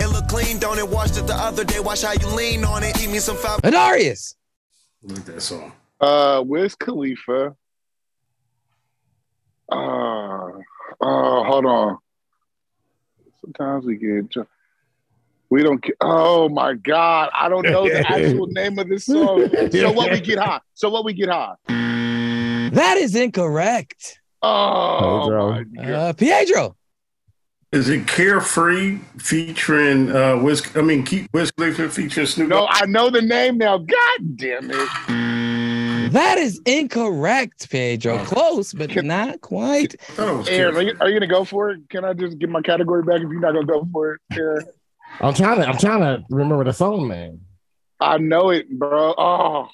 [SPEAKER 13] It look clean, don't it? Washed it the other day. Watch how you lean on it. Eat me some five.
[SPEAKER 6] Adarius.
[SPEAKER 3] Look at that song.
[SPEAKER 8] Uh, Wiz Khalifa. Uh, uh, hold on. Sometimes we get. ju- We don't. ca- Oh my God! I don't know the actual name of this song. So what we get high? So what we get high?
[SPEAKER 6] That is incorrect.
[SPEAKER 8] Oh,
[SPEAKER 6] Uh, Pietro.
[SPEAKER 3] Is it Carefree featuring uh Wiz? I mean, keep Wiz Khalifa featuring Snoop. No,
[SPEAKER 8] I know the name now. God damn it!
[SPEAKER 6] That is incorrect, Pedro. Close, but not quite.
[SPEAKER 8] Aaron, are you, are you gonna go for it? Can I just get my category back if you're not gonna go for it, Aaron?
[SPEAKER 4] I'm trying to I'm trying to remember the song, man.
[SPEAKER 8] I know it, bro. Oh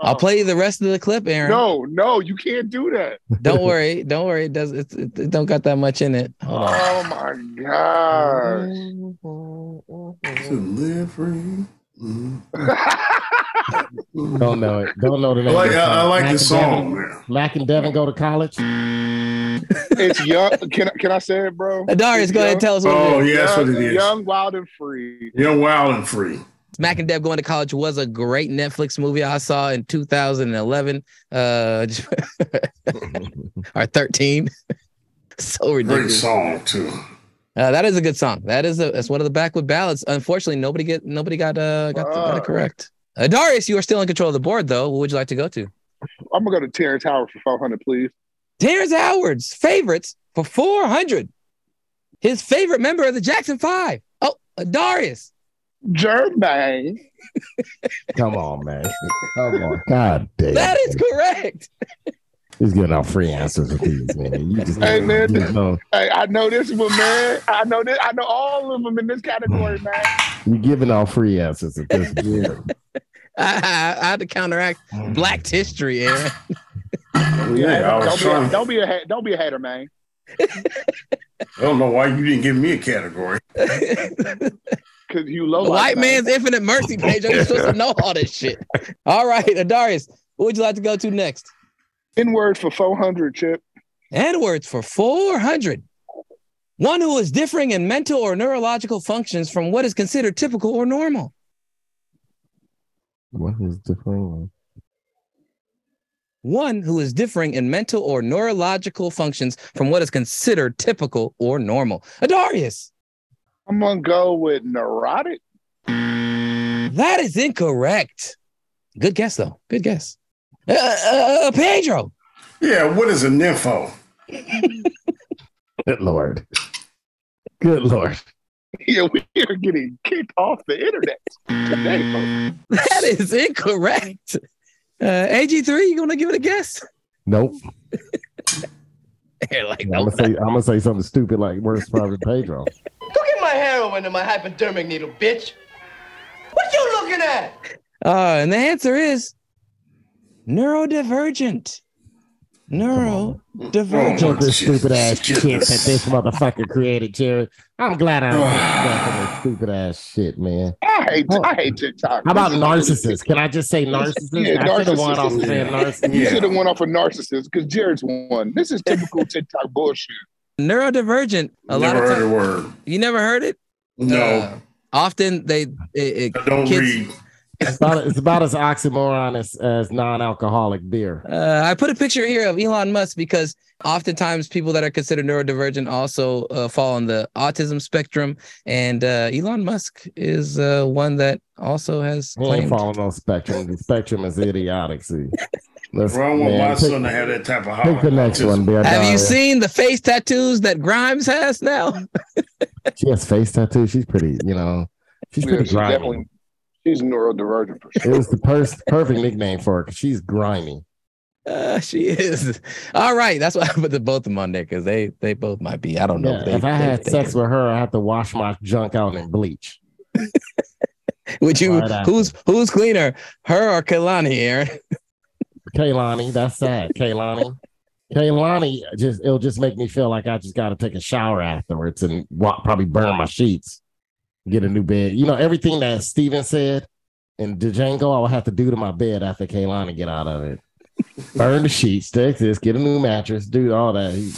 [SPEAKER 6] I'll play you the rest of the clip, Aaron.
[SPEAKER 8] no, no, you can't do that.
[SPEAKER 6] Don't worry. Don't worry. It does it, it, it don't got that much in it. Hold on.
[SPEAKER 8] Oh my gosh.
[SPEAKER 3] Delivery.
[SPEAKER 4] Mm-hmm.
[SPEAKER 3] Mhm.
[SPEAKER 4] Don't know it. Don't know the name.
[SPEAKER 3] I like-
[SPEAKER 4] of
[SPEAKER 3] I- I like the
[SPEAKER 4] Mac and
[SPEAKER 3] song,
[SPEAKER 4] Devin- Mac and Devin go to college.
[SPEAKER 8] It's young. Can can I say it, bro?
[SPEAKER 6] Uh, Darius, go ahead and tell us what it
[SPEAKER 3] Oh,
[SPEAKER 6] is.
[SPEAKER 3] yeah, that's what it is.
[SPEAKER 8] Young, wild, and free.
[SPEAKER 3] Young, wild, and free.
[SPEAKER 6] Mac and Deb Going to College was a great Netflix movie I saw in 2011 uh, or 13. so ridiculous.
[SPEAKER 3] Great song too.
[SPEAKER 6] Uh, that is a good song. That is a, that's one of the backwood ballads. Unfortunately, nobody get nobody got uh got, got it correct. Uh, Darius, you are still in control of the board though. What would you like to go to?
[SPEAKER 8] I'm gonna go to Terrence Howard for 500, please.
[SPEAKER 6] Terrence Howard's favorites for 400. His favorite member of the Jackson Five. Oh, uh, Darius.
[SPEAKER 8] Jermaine.
[SPEAKER 4] Come on, man. Come on. God damn.
[SPEAKER 6] That is correct.
[SPEAKER 4] He's getting out free answers with these, man. You just,
[SPEAKER 8] Hey, man.
[SPEAKER 4] you know,
[SPEAKER 8] Hey, I know this one, man. I know this. I know all of them in this category, man.
[SPEAKER 4] you're giving out free answers at this point.
[SPEAKER 6] I, I, I had to counteract Black History, Aaron.
[SPEAKER 3] Yeah, I
[SPEAKER 8] Don't
[SPEAKER 3] was
[SPEAKER 8] be, a,
[SPEAKER 3] trying.
[SPEAKER 8] don't be a ha- don't be a hater, man.
[SPEAKER 3] I don't know why you didn't give me a category.
[SPEAKER 8] Cause you low
[SPEAKER 6] The white man's infinite mercy, Pedro. You're supposed to know all this shit. All right, Adarius, what would you like to go to next?
[SPEAKER 8] N word for 400, Chip.
[SPEAKER 6] N words for 400. One who is differing in mental or neurological functions from what is considered typical or normal.
[SPEAKER 4] What is different?
[SPEAKER 6] One who is differing in mental or neurological functions from what is considered typical or normal. Adarius,
[SPEAKER 8] I'm gonna go with neurotic.
[SPEAKER 6] that is incorrect. Good guess, though. Good guess. Uh, uh, uh, Pedro,
[SPEAKER 3] Yeah, what is a nympho?
[SPEAKER 4] Good lord. Good lord.
[SPEAKER 8] Yeah, we are getting kicked off the internet today,
[SPEAKER 4] Mm.
[SPEAKER 8] folks.
[SPEAKER 6] that is incorrect. Uh, AG3, you going to give it a guess?
[SPEAKER 4] Nope.
[SPEAKER 6] They're like,
[SPEAKER 4] I'm gonna say I'm gonna say something stupid like worse private Pedro.
[SPEAKER 12] Go get my heroin and my hypodermic needle, bitch. What you looking at?
[SPEAKER 6] Uh, and the answer is neurodivergent. neurodivergent.
[SPEAKER 4] Don't this stupid ass shit that
[SPEAKER 6] Jesus.
[SPEAKER 4] this motherfucker created, Jerry. I'm glad I don't do stupid ass shit, man.
[SPEAKER 8] I hate I hate TikTok.
[SPEAKER 4] How about narcissists? Can I just say narcissists?
[SPEAKER 8] Yeah,
[SPEAKER 4] I should have won off of saying
[SPEAKER 8] narcissist.
[SPEAKER 4] narcissists.
[SPEAKER 8] You should have went off of narcissist because Jared's one. This is typical TikTok bullshit.
[SPEAKER 6] Neurodivergent. A lot
[SPEAKER 8] Never
[SPEAKER 6] of
[SPEAKER 8] heard
[SPEAKER 6] times-
[SPEAKER 8] the word.
[SPEAKER 6] You never heard it?
[SPEAKER 3] No.
[SPEAKER 6] Uh, often they it, it, kids,
[SPEAKER 4] It's about, it's about as oxymoron as, as non-alcoholic beer.
[SPEAKER 6] Uh, I put a picture here of Elon Musk because oftentimes people that are considered neurodivergent also uh, fall on the autism spectrum, and uh, Elon Musk is uh, one that also has
[SPEAKER 4] He ain't
[SPEAKER 6] claimed.
[SPEAKER 4] falling on spectrum. The spectrum is idiotic. See, Let's-
[SPEAKER 3] Bro, I want
[SPEAKER 4] man,
[SPEAKER 3] my
[SPEAKER 4] pick-
[SPEAKER 3] son to have that type of
[SPEAKER 4] Pick the
[SPEAKER 3] holiday.
[SPEAKER 4] next one, Bear.
[SPEAKER 6] Have
[SPEAKER 4] Dahlia.
[SPEAKER 6] you seen the face tattoos that Grimes has now?
[SPEAKER 4] She has face tattoo. She's pretty. You know, she's
[SPEAKER 8] Yeah,
[SPEAKER 4] pretty
[SPEAKER 8] she's
[SPEAKER 4] grimy.
[SPEAKER 8] definitely she's neurodivergent for
[SPEAKER 4] It was the pers- perfect nickname for her. 'cause She's grimy.
[SPEAKER 6] Uh, she is. All right, that's why I put the both of them on there because they they both might be. I don't know.
[SPEAKER 4] Yeah,
[SPEAKER 6] They-
[SPEAKER 4] if I
[SPEAKER 6] they-
[SPEAKER 4] had
[SPEAKER 6] they-
[SPEAKER 4] sex with her, I have to wash my junk out and bleach.
[SPEAKER 6] would you?
[SPEAKER 4] Right after.
[SPEAKER 6] who's who's cleaner, her or Kalani? Aaron.
[SPEAKER 4] Kaylani, that's sad. Kaylani. Kaylani just it'll just make me feel like I just gotta take a shower afterwards and wa- probably burn my sheets, get a new bed. You know, everything that Steven said and Django, I will have to do to my bed after Kaylani get out of it. burn the sheets, take this, get a new mattress, do all that. He-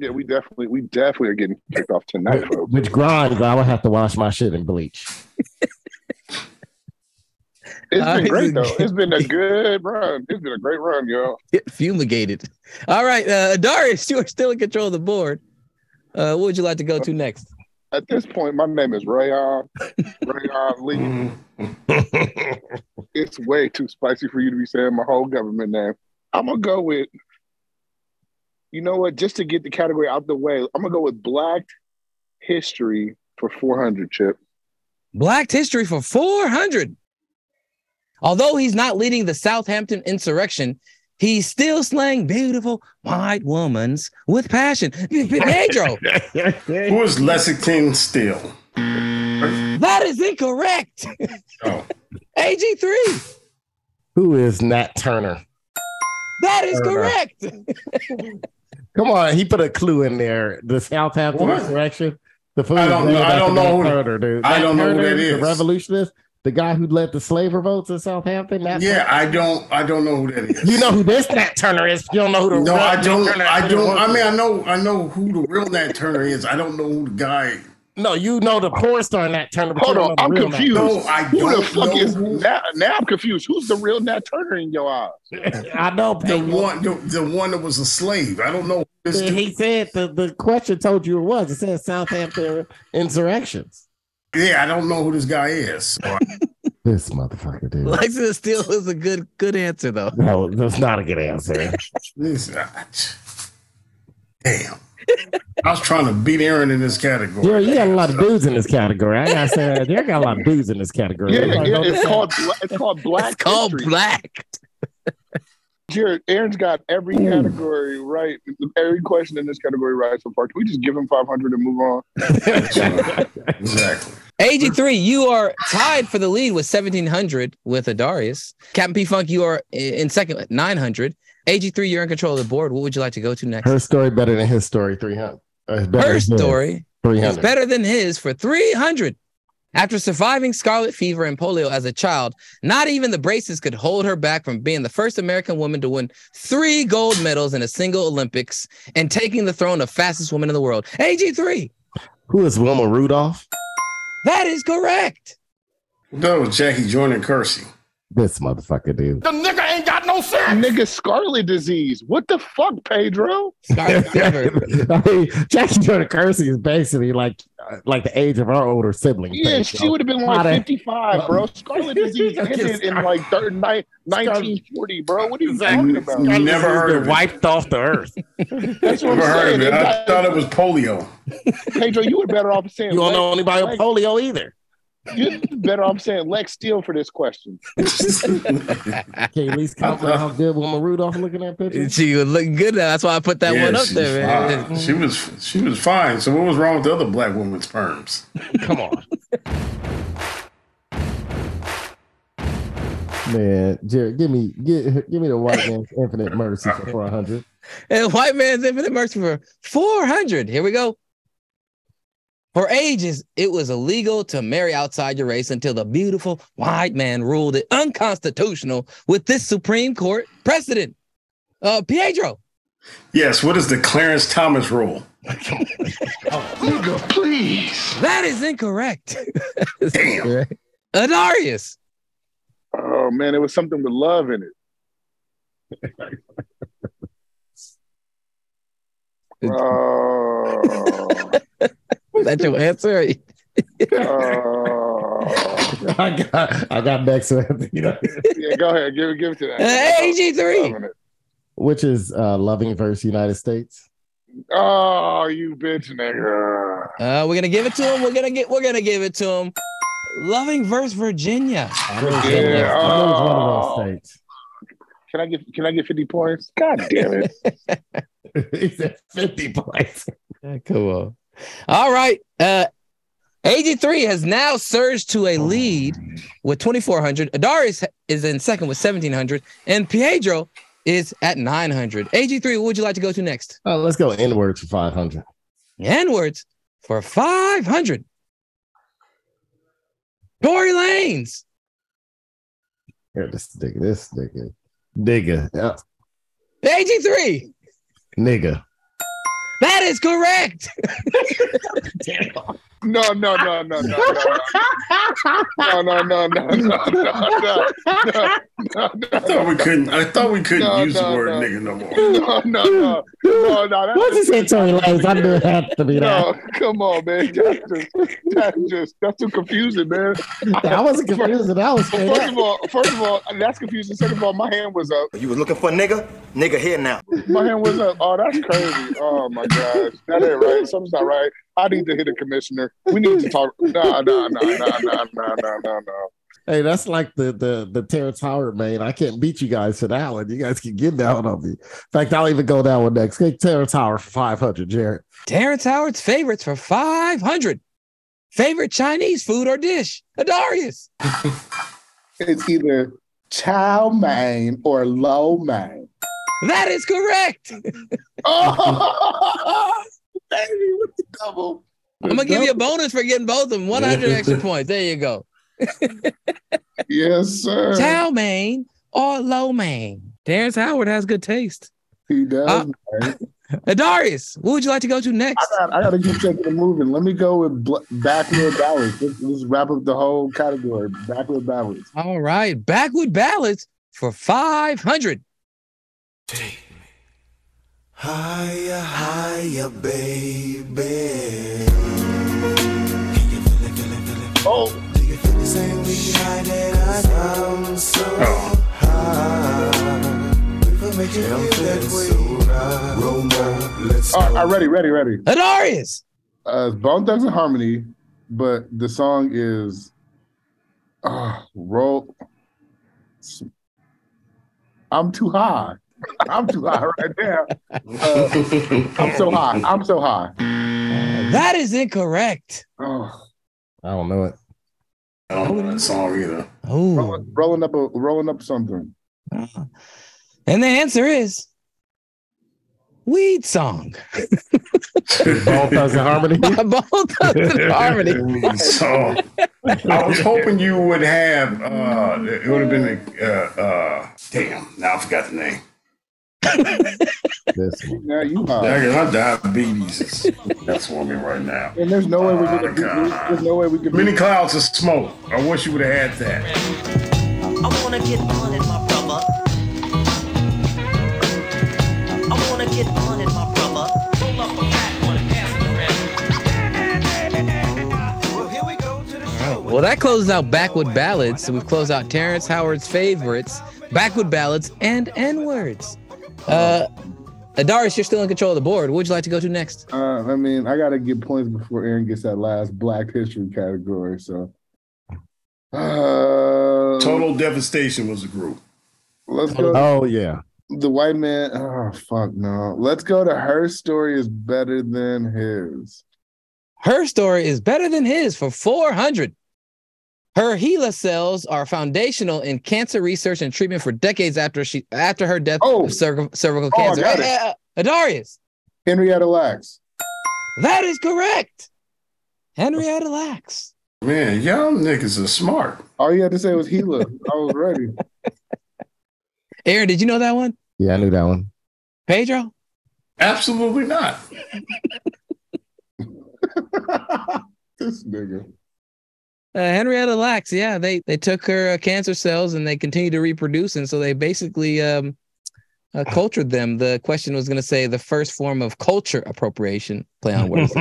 [SPEAKER 8] Yeah, we definitely we definitely are getting kicked off tonight, folks.
[SPEAKER 4] Which grinds, I would have to wash my shit and bleach.
[SPEAKER 8] It's
[SPEAKER 6] Uh,
[SPEAKER 8] been great though.
[SPEAKER 6] it's-
[SPEAKER 8] It's been a good run. It's been a great run, y'all.
[SPEAKER 6] get fumigated. All right, uh, Darius, you are still in control of the board. Uh, what would you like to go to next?
[SPEAKER 8] At this point, my name is Rayon. Rayon Lee. it's way too spicy for you to be saying my whole government name. I'm gonna go with. You know what? Just to get the category out the way, I'm gonna go with Black History for 400. Chip.
[SPEAKER 6] Black history for 400. Although he's not leading the Southampton insurrection, he's still slaying beautiful white women's with passion. P- P- Pedro,
[SPEAKER 3] Who is Lexington Steel?
[SPEAKER 6] that is incorrect.
[SPEAKER 3] Oh.
[SPEAKER 6] AG3,
[SPEAKER 4] Who is Nat Turner?
[SPEAKER 6] that is correct.
[SPEAKER 4] Come on, he put a clue in there. The Southampton
[SPEAKER 3] What?
[SPEAKER 4] insurrection. The food
[SPEAKER 3] I don't
[SPEAKER 4] was
[SPEAKER 3] know-
[SPEAKER 4] named
[SPEAKER 3] I don't
[SPEAKER 4] after
[SPEAKER 3] know
[SPEAKER 4] Nat
[SPEAKER 3] who-
[SPEAKER 4] Turner, dude.
[SPEAKER 3] I
[SPEAKER 4] Nat
[SPEAKER 3] don't know who
[SPEAKER 4] Turner,
[SPEAKER 3] that is.
[SPEAKER 4] The revolutionist, the guy who led the slave revolts in Southampton. Nat
[SPEAKER 3] Yeah,
[SPEAKER 4] Turner?
[SPEAKER 3] I don't I don't know who that is.
[SPEAKER 4] you know who this Nat Turner is. You don't know who the
[SPEAKER 3] No,
[SPEAKER 4] real
[SPEAKER 3] I
[SPEAKER 4] Nat
[SPEAKER 3] don't
[SPEAKER 4] Turner
[SPEAKER 3] I
[SPEAKER 4] is.
[SPEAKER 3] don't I mean I know I know who the real Nat Turner is. I don't know who the guy
[SPEAKER 4] no, you know the porn star Nat Turner. but
[SPEAKER 8] Hold
[SPEAKER 4] you
[SPEAKER 8] on,
[SPEAKER 4] don't know
[SPEAKER 8] I'm
[SPEAKER 4] the real Nat
[SPEAKER 8] confused.
[SPEAKER 3] No, I
[SPEAKER 8] Who
[SPEAKER 3] don't
[SPEAKER 8] the fuck
[SPEAKER 3] know
[SPEAKER 8] is
[SPEAKER 3] who-
[SPEAKER 8] now? Now I'm confused. Who's the real Nat Turner in your eyes?
[SPEAKER 4] Turner. I know.
[SPEAKER 3] the
[SPEAKER 4] Pedro.
[SPEAKER 3] one the, the one that was a slave. I don't know who this dude
[SPEAKER 4] He said the, the question told you it was. It said Southampton insurrections.
[SPEAKER 3] Yeah, I don't know who this guy is. So I-
[SPEAKER 4] This motherfucker, dude.
[SPEAKER 6] Lexington Steel is a good good answer though.
[SPEAKER 4] No, that's not a good answer.
[SPEAKER 3] this, I- damn. I was trying to beat Aaron in this category.
[SPEAKER 4] Jerry, you got a lot of dudes in this category. I gotta say, that. Jerry got a lot of dudes in this category.
[SPEAKER 8] Yeah,
[SPEAKER 4] Everybody
[SPEAKER 8] yeah,
[SPEAKER 4] knows
[SPEAKER 8] it's
[SPEAKER 4] that.
[SPEAKER 8] called Bla- it's called Black.
[SPEAKER 6] It's called
[SPEAKER 8] History.
[SPEAKER 6] black.
[SPEAKER 8] Jared, Aaron's got every category right, every question in this category right so far. Can we just give him 500 and move on?
[SPEAKER 3] Exactly.
[SPEAKER 6] AG3, you are tied for the lead with 1700 with Adarius. Captain P Funk, you are i- in second with 900. AG3, you're in control of the board. What would you like to go to next?
[SPEAKER 4] Her story better than his story. Three uh, hundred.
[SPEAKER 6] Her story
[SPEAKER 4] Three
[SPEAKER 6] is
[SPEAKER 4] hundred.
[SPEAKER 6] better than his for 300. After surviving scarlet fever and polio as a child, not even the braces could hold her back from being the first American woman to win three gold medals in a single Olympics and taking the throne of fastest woman in the world. AG3,
[SPEAKER 4] Who is Wilma Rudolph?
[SPEAKER 6] that is correct.
[SPEAKER 3] That was Jackie Jordan Kersey.
[SPEAKER 4] This motherfucker, dude.
[SPEAKER 7] The nigga ain't got no sense.
[SPEAKER 8] Nigga, scarlet disease. What the fuck, Pedro?
[SPEAKER 6] Scarlet fever.
[SPEAKER 4] I mean, Jackie Jordan Kersey is basically like uh, like the age of our older sibling.
[SPEAKER 8] Yeah,
[SPEAKER 4] Pedro.
[SPEAKER 8] she would have been
[SPEAKER 4] How
[SPEAKER 8] like
[SPEAKER 4] the-
[SPEAKER 8] 55, bro. Scarlet disease ended in like thir- ni- 1940, bro. What are you talking about?
[SPEAKER 3] Never
[SPEAKER 4] She's
[SPEAKER 3] heard
[SPEAKER 4] been
[SPEAKER 3] of it.
[SPEAKER 4] wiped off the earth.
[SPEAKER 8] That's what I'm
[SPEAKER 3] Never heard
[SPEAKER 8] saying.
[SPEAKER 3] of it.
[SPEAKER 8] They
[SPEAKER 3] I
[SPEAKER 8] got-
[SPEAKER 3] thought it was polio.
[SPEAKER 8] Pedro, you were better off saying
[SPEAKER 4] You don't know
[SPEAKER 8] Lex,
[SPEAKER 4] anybody with
[SPEAKER 8] Like-
[SPEAKER 4] polio either.
[SPEAKER 8] you're better off saying Lex Steele for this question.
[SPEAKER 4] Can you at least compliment how good Wilma Rudolph looking at pictures?
[SPEAKER 6] She was looking good now. That's why I put that
[SPEAKER 3] Yeah,
[SPEAKER 6] one up
[SPEAKER 3] she's
[SPEAKER 6] there, man.
[SPEAKER 3] fine. She was she was fine. So what was wrong with the other black woman's sperms?
[SPEAKER 4] Come on. Man, Jared, give me give, give me the white man's infinite mercy for four hundred.
[SPEAKER 6] And white man's infinite mercy for 400. Here we go. For ages, it was illegal to marry outside your race until the beautiful white man ruled it unconstitutional with this Supreme Court precedent. Uh, Pietro.
[SPEAKER 3] Yes, what is the Clarence Thomas rule?
[SPEAKER 8] Nigga, please.
[SPEAKER 6] That is incorrect. Damn. Incorrect. Adarius.
[SPEAKER 8] Oh man, it was something with love in it. Oh.
[SPEAKER 6] Is that your answer?
[SPEAKER 8] Oh.
[SPEAKER 4] I got I got back to Anthony,
[SPEAKER 8] yeah, go ahead. Give, give it to that.
[SPEAKER 6] Hey, AG3.
[SPEAKER 4] which is uh, loving versus United States.
[SPEAKER 8] Oh, you bitch, nigga.
[SPEAKER 6] Uh, we're gonna give it to him. We're gonna get. We're gonna give it to him. Loving versus Virginia.
[SPEAKER 4] Yeah,
[SPEAKER 8] oh.
[SPEAKER 4] one of those states.
[SPEAKER 8] Can I get Can I get fifty points? God damn it!
[SPEAKER 4] He said fifty points.
[SPEAKER 6] Yeah, come on. All right. Uh, AG3 has now surged to a lead with 2,400. Adarius is in second with 1,700. And Pietro is at 900. AG3, what would you like to go to next?
[SPEAKER 4] Uh, let's go inwards for five hundred.
[SPEAKER 6] N-words for 500. Tory Lanes.
[SPEAKER 4] Here, this nigga, this nigga, nigga, yeah,
[SPEAKER 6] AG3.
[SPEAKER 4] nigga.
[SPEAKER 6] That is correct.
[SPEAKER 8] No, no, no, no, no, no, no, no, no, no, no, no, no, no, no,
[SPEAKER 3] I thought we couldn't. I thought we couldn't
[SPEAKER 8] No,
[SPEAKER 3] use
[SPEAKER 8] no,
[SPEAKER 3] the word
[SPEAKER 8] no.
[SPEAKER 3] nigga no more.
[SPEAKER 8] no, no, no, no, no. that-
[SPEAKER 4] What's his Tory Lanez? I knew it had to be
[SPEAKER 8] No, come on, man. That's just, that's just, that's too confusing, man.
[SPEAKER 4] that. I wasn't confused. and I was straight
[SPEAKER 8] First
[SPEAKER 4] up.
[SPEAKER 8] of all, first of all, that's confusing. Second of all, my hand was up.
[SPEAKER 14] You was looking for nigga? Nigga here now.
[SPEAKER 8] My hand was up. Oh, that's crazy. Oh my gosh, that ain't right. Something's not right. I need to hit a commissioner. We need to talk. Nah, nah, nah, nah, nah, nah, nah, nah, nah.
[SPEAKER 4] Hey, that's like the the the Terrence Howard man. I can't beat you guys for that one. You guys can get down on me. In fact, I'll even go down one next. Take Terrence Howard for five hundred, Jared.
[SPEAKER 6] Terrence Howard's favorites for 500. Favorite Chinese food or dish? Adarius.
[SPEAKER 15] It's either chow mein or lo mein.
[SPEAKER 6] That is correct.
[SPEAKER 15] Oh, baby, with the double.
[SPEAKER 6] I'm going to give you a bonus for getting both of them. 100 extra points. There you go.
[SPEAKER 15] Yes, sir.
[SPEAKER 6] Chow mein or lo mein? Terrence Howard has good taste.
[SPEAKER 15] He does.
[SPEAKER 6] Uh,
[SPEAKER 15] man.
[SPEAKER 6] Adarius, what would you like to go to
[SPEAKER 15] I,
[SPEAKER 6] next?
[SPEAKER 15] got, I got to keep taking it moving. Let me go with bl- backward ballads. Let's, let's wrap up the whole category. Backward ballads.
[SPEAKER 6] All right, Backwood Ballads for 500.
[SPEAKER 13] Higher, higher, baby. Can you feel it, feel it, feel it?
[SPEAKER 8] Oh,
[SPEAKER 13] Do you feel the same way I did? I'm so
[SPEAKER 3] Oh,
[SPEAKER 13] high. We will make you feel that way. Roll more, let's
[SPEAKER 15] All right, all right, ready, ready, ready.
[SPEAKER 6] Adarius,
[SPEAKER 15] Uh, it's Bone Thugs and Harmony, but the song is uh, roll. I'm too high. I'm too high right now. Uh, I'm so high. I'm so high.
[SPEAKER 6] that is incorrect.
[SPEAKER 15] Oh,
[SPEAKER 4] I don't know it.
[SPEAKER 3] I don't know that song either.
[SPEAKER 6] Ooh. Ah.
[SPEAKER 15] rolling, rolling up a rolling up something.
[SPEAKER 6] And the answer is Weed Song.
[SPEAKER 4] Bone Thugs and Harmony.
[SPEAKER 6] By both of in harmony.
[SPEAKER 3] so I was hoping you would have. Uh, it would have been a. Uh, uh, damn! Now I forgot the name.
[SPEAKER 4] This one.
[SPEAKER 15] Yeah, you high.
[SPEAKER 3] I got my diabetes. is- That's for me right now.
[SPEAKER 15] And there's no way we could. There's, there's no way we could.
[SPEAKER 3] Oh, Many clouds of smoke. I wish you would have had that.
[SPEAKER 16] I wanna get on it, my brother. I wanna get on it, my brother. Roll up a fat one and pass it around. Well, here we go to the show.
[SPEAKER 6] Well, that closes out Backwood Ballads. So we've closed out Terrence Howard's favorites, Backwood Ballads, and N words. Uh, Adarius, you're still in control of the board. What would you like to go to next?
[SPEAKER 15] Uh, I mean, I gotta get points before Aaron gets that last Black History category. So, uh,
[SPEAKER 3] Total devastation was the group.
[SPEAKER 15] Let's go.
[SPEAKER 4] Oh yeah.
[SPEAKER 15] the white man. Oh fuck no. Let's go to her story is better than his.
[SPEAKER 6] Her story is better than his for 400. Her HeLa cells are foundational in cancer research and treatment for decades after she after her death
[SPEAKER 8] Oh.
[SPEAKER 6] of cerv- cervical
[SPEAKER 8] Oh, I
[SPEAKER 6] cancer.
[SPEAKER 8] got it.
[SPEAKER 6] Uh, uh, Adarius,
[SPEAKER 8] Henrietta Lacks.
[SPEAKER 6] that is correct. Henrietta Lacks.
[SPEAKER 3] Man, y'all niggas are smart.
[SPEAKER 8] All you had to say was Gila. I was ready.
[SPEAKER 6] Aaron, did you know that one?
[SPEAKER 4] Yeah, I knew that one.
[SPEAKER 6] Pedro?
[SPEAKER 3] Absolutely not.
[SPEAKER 8] This nigga.
[SPEAKER 6] Uh, Henrietta Lacks, yeah, they they took her uh, cancer cells and they continue to reproduce, and so they basically um, uh, cultured them. The question was going to say the first form of culture appropriation. Play on words.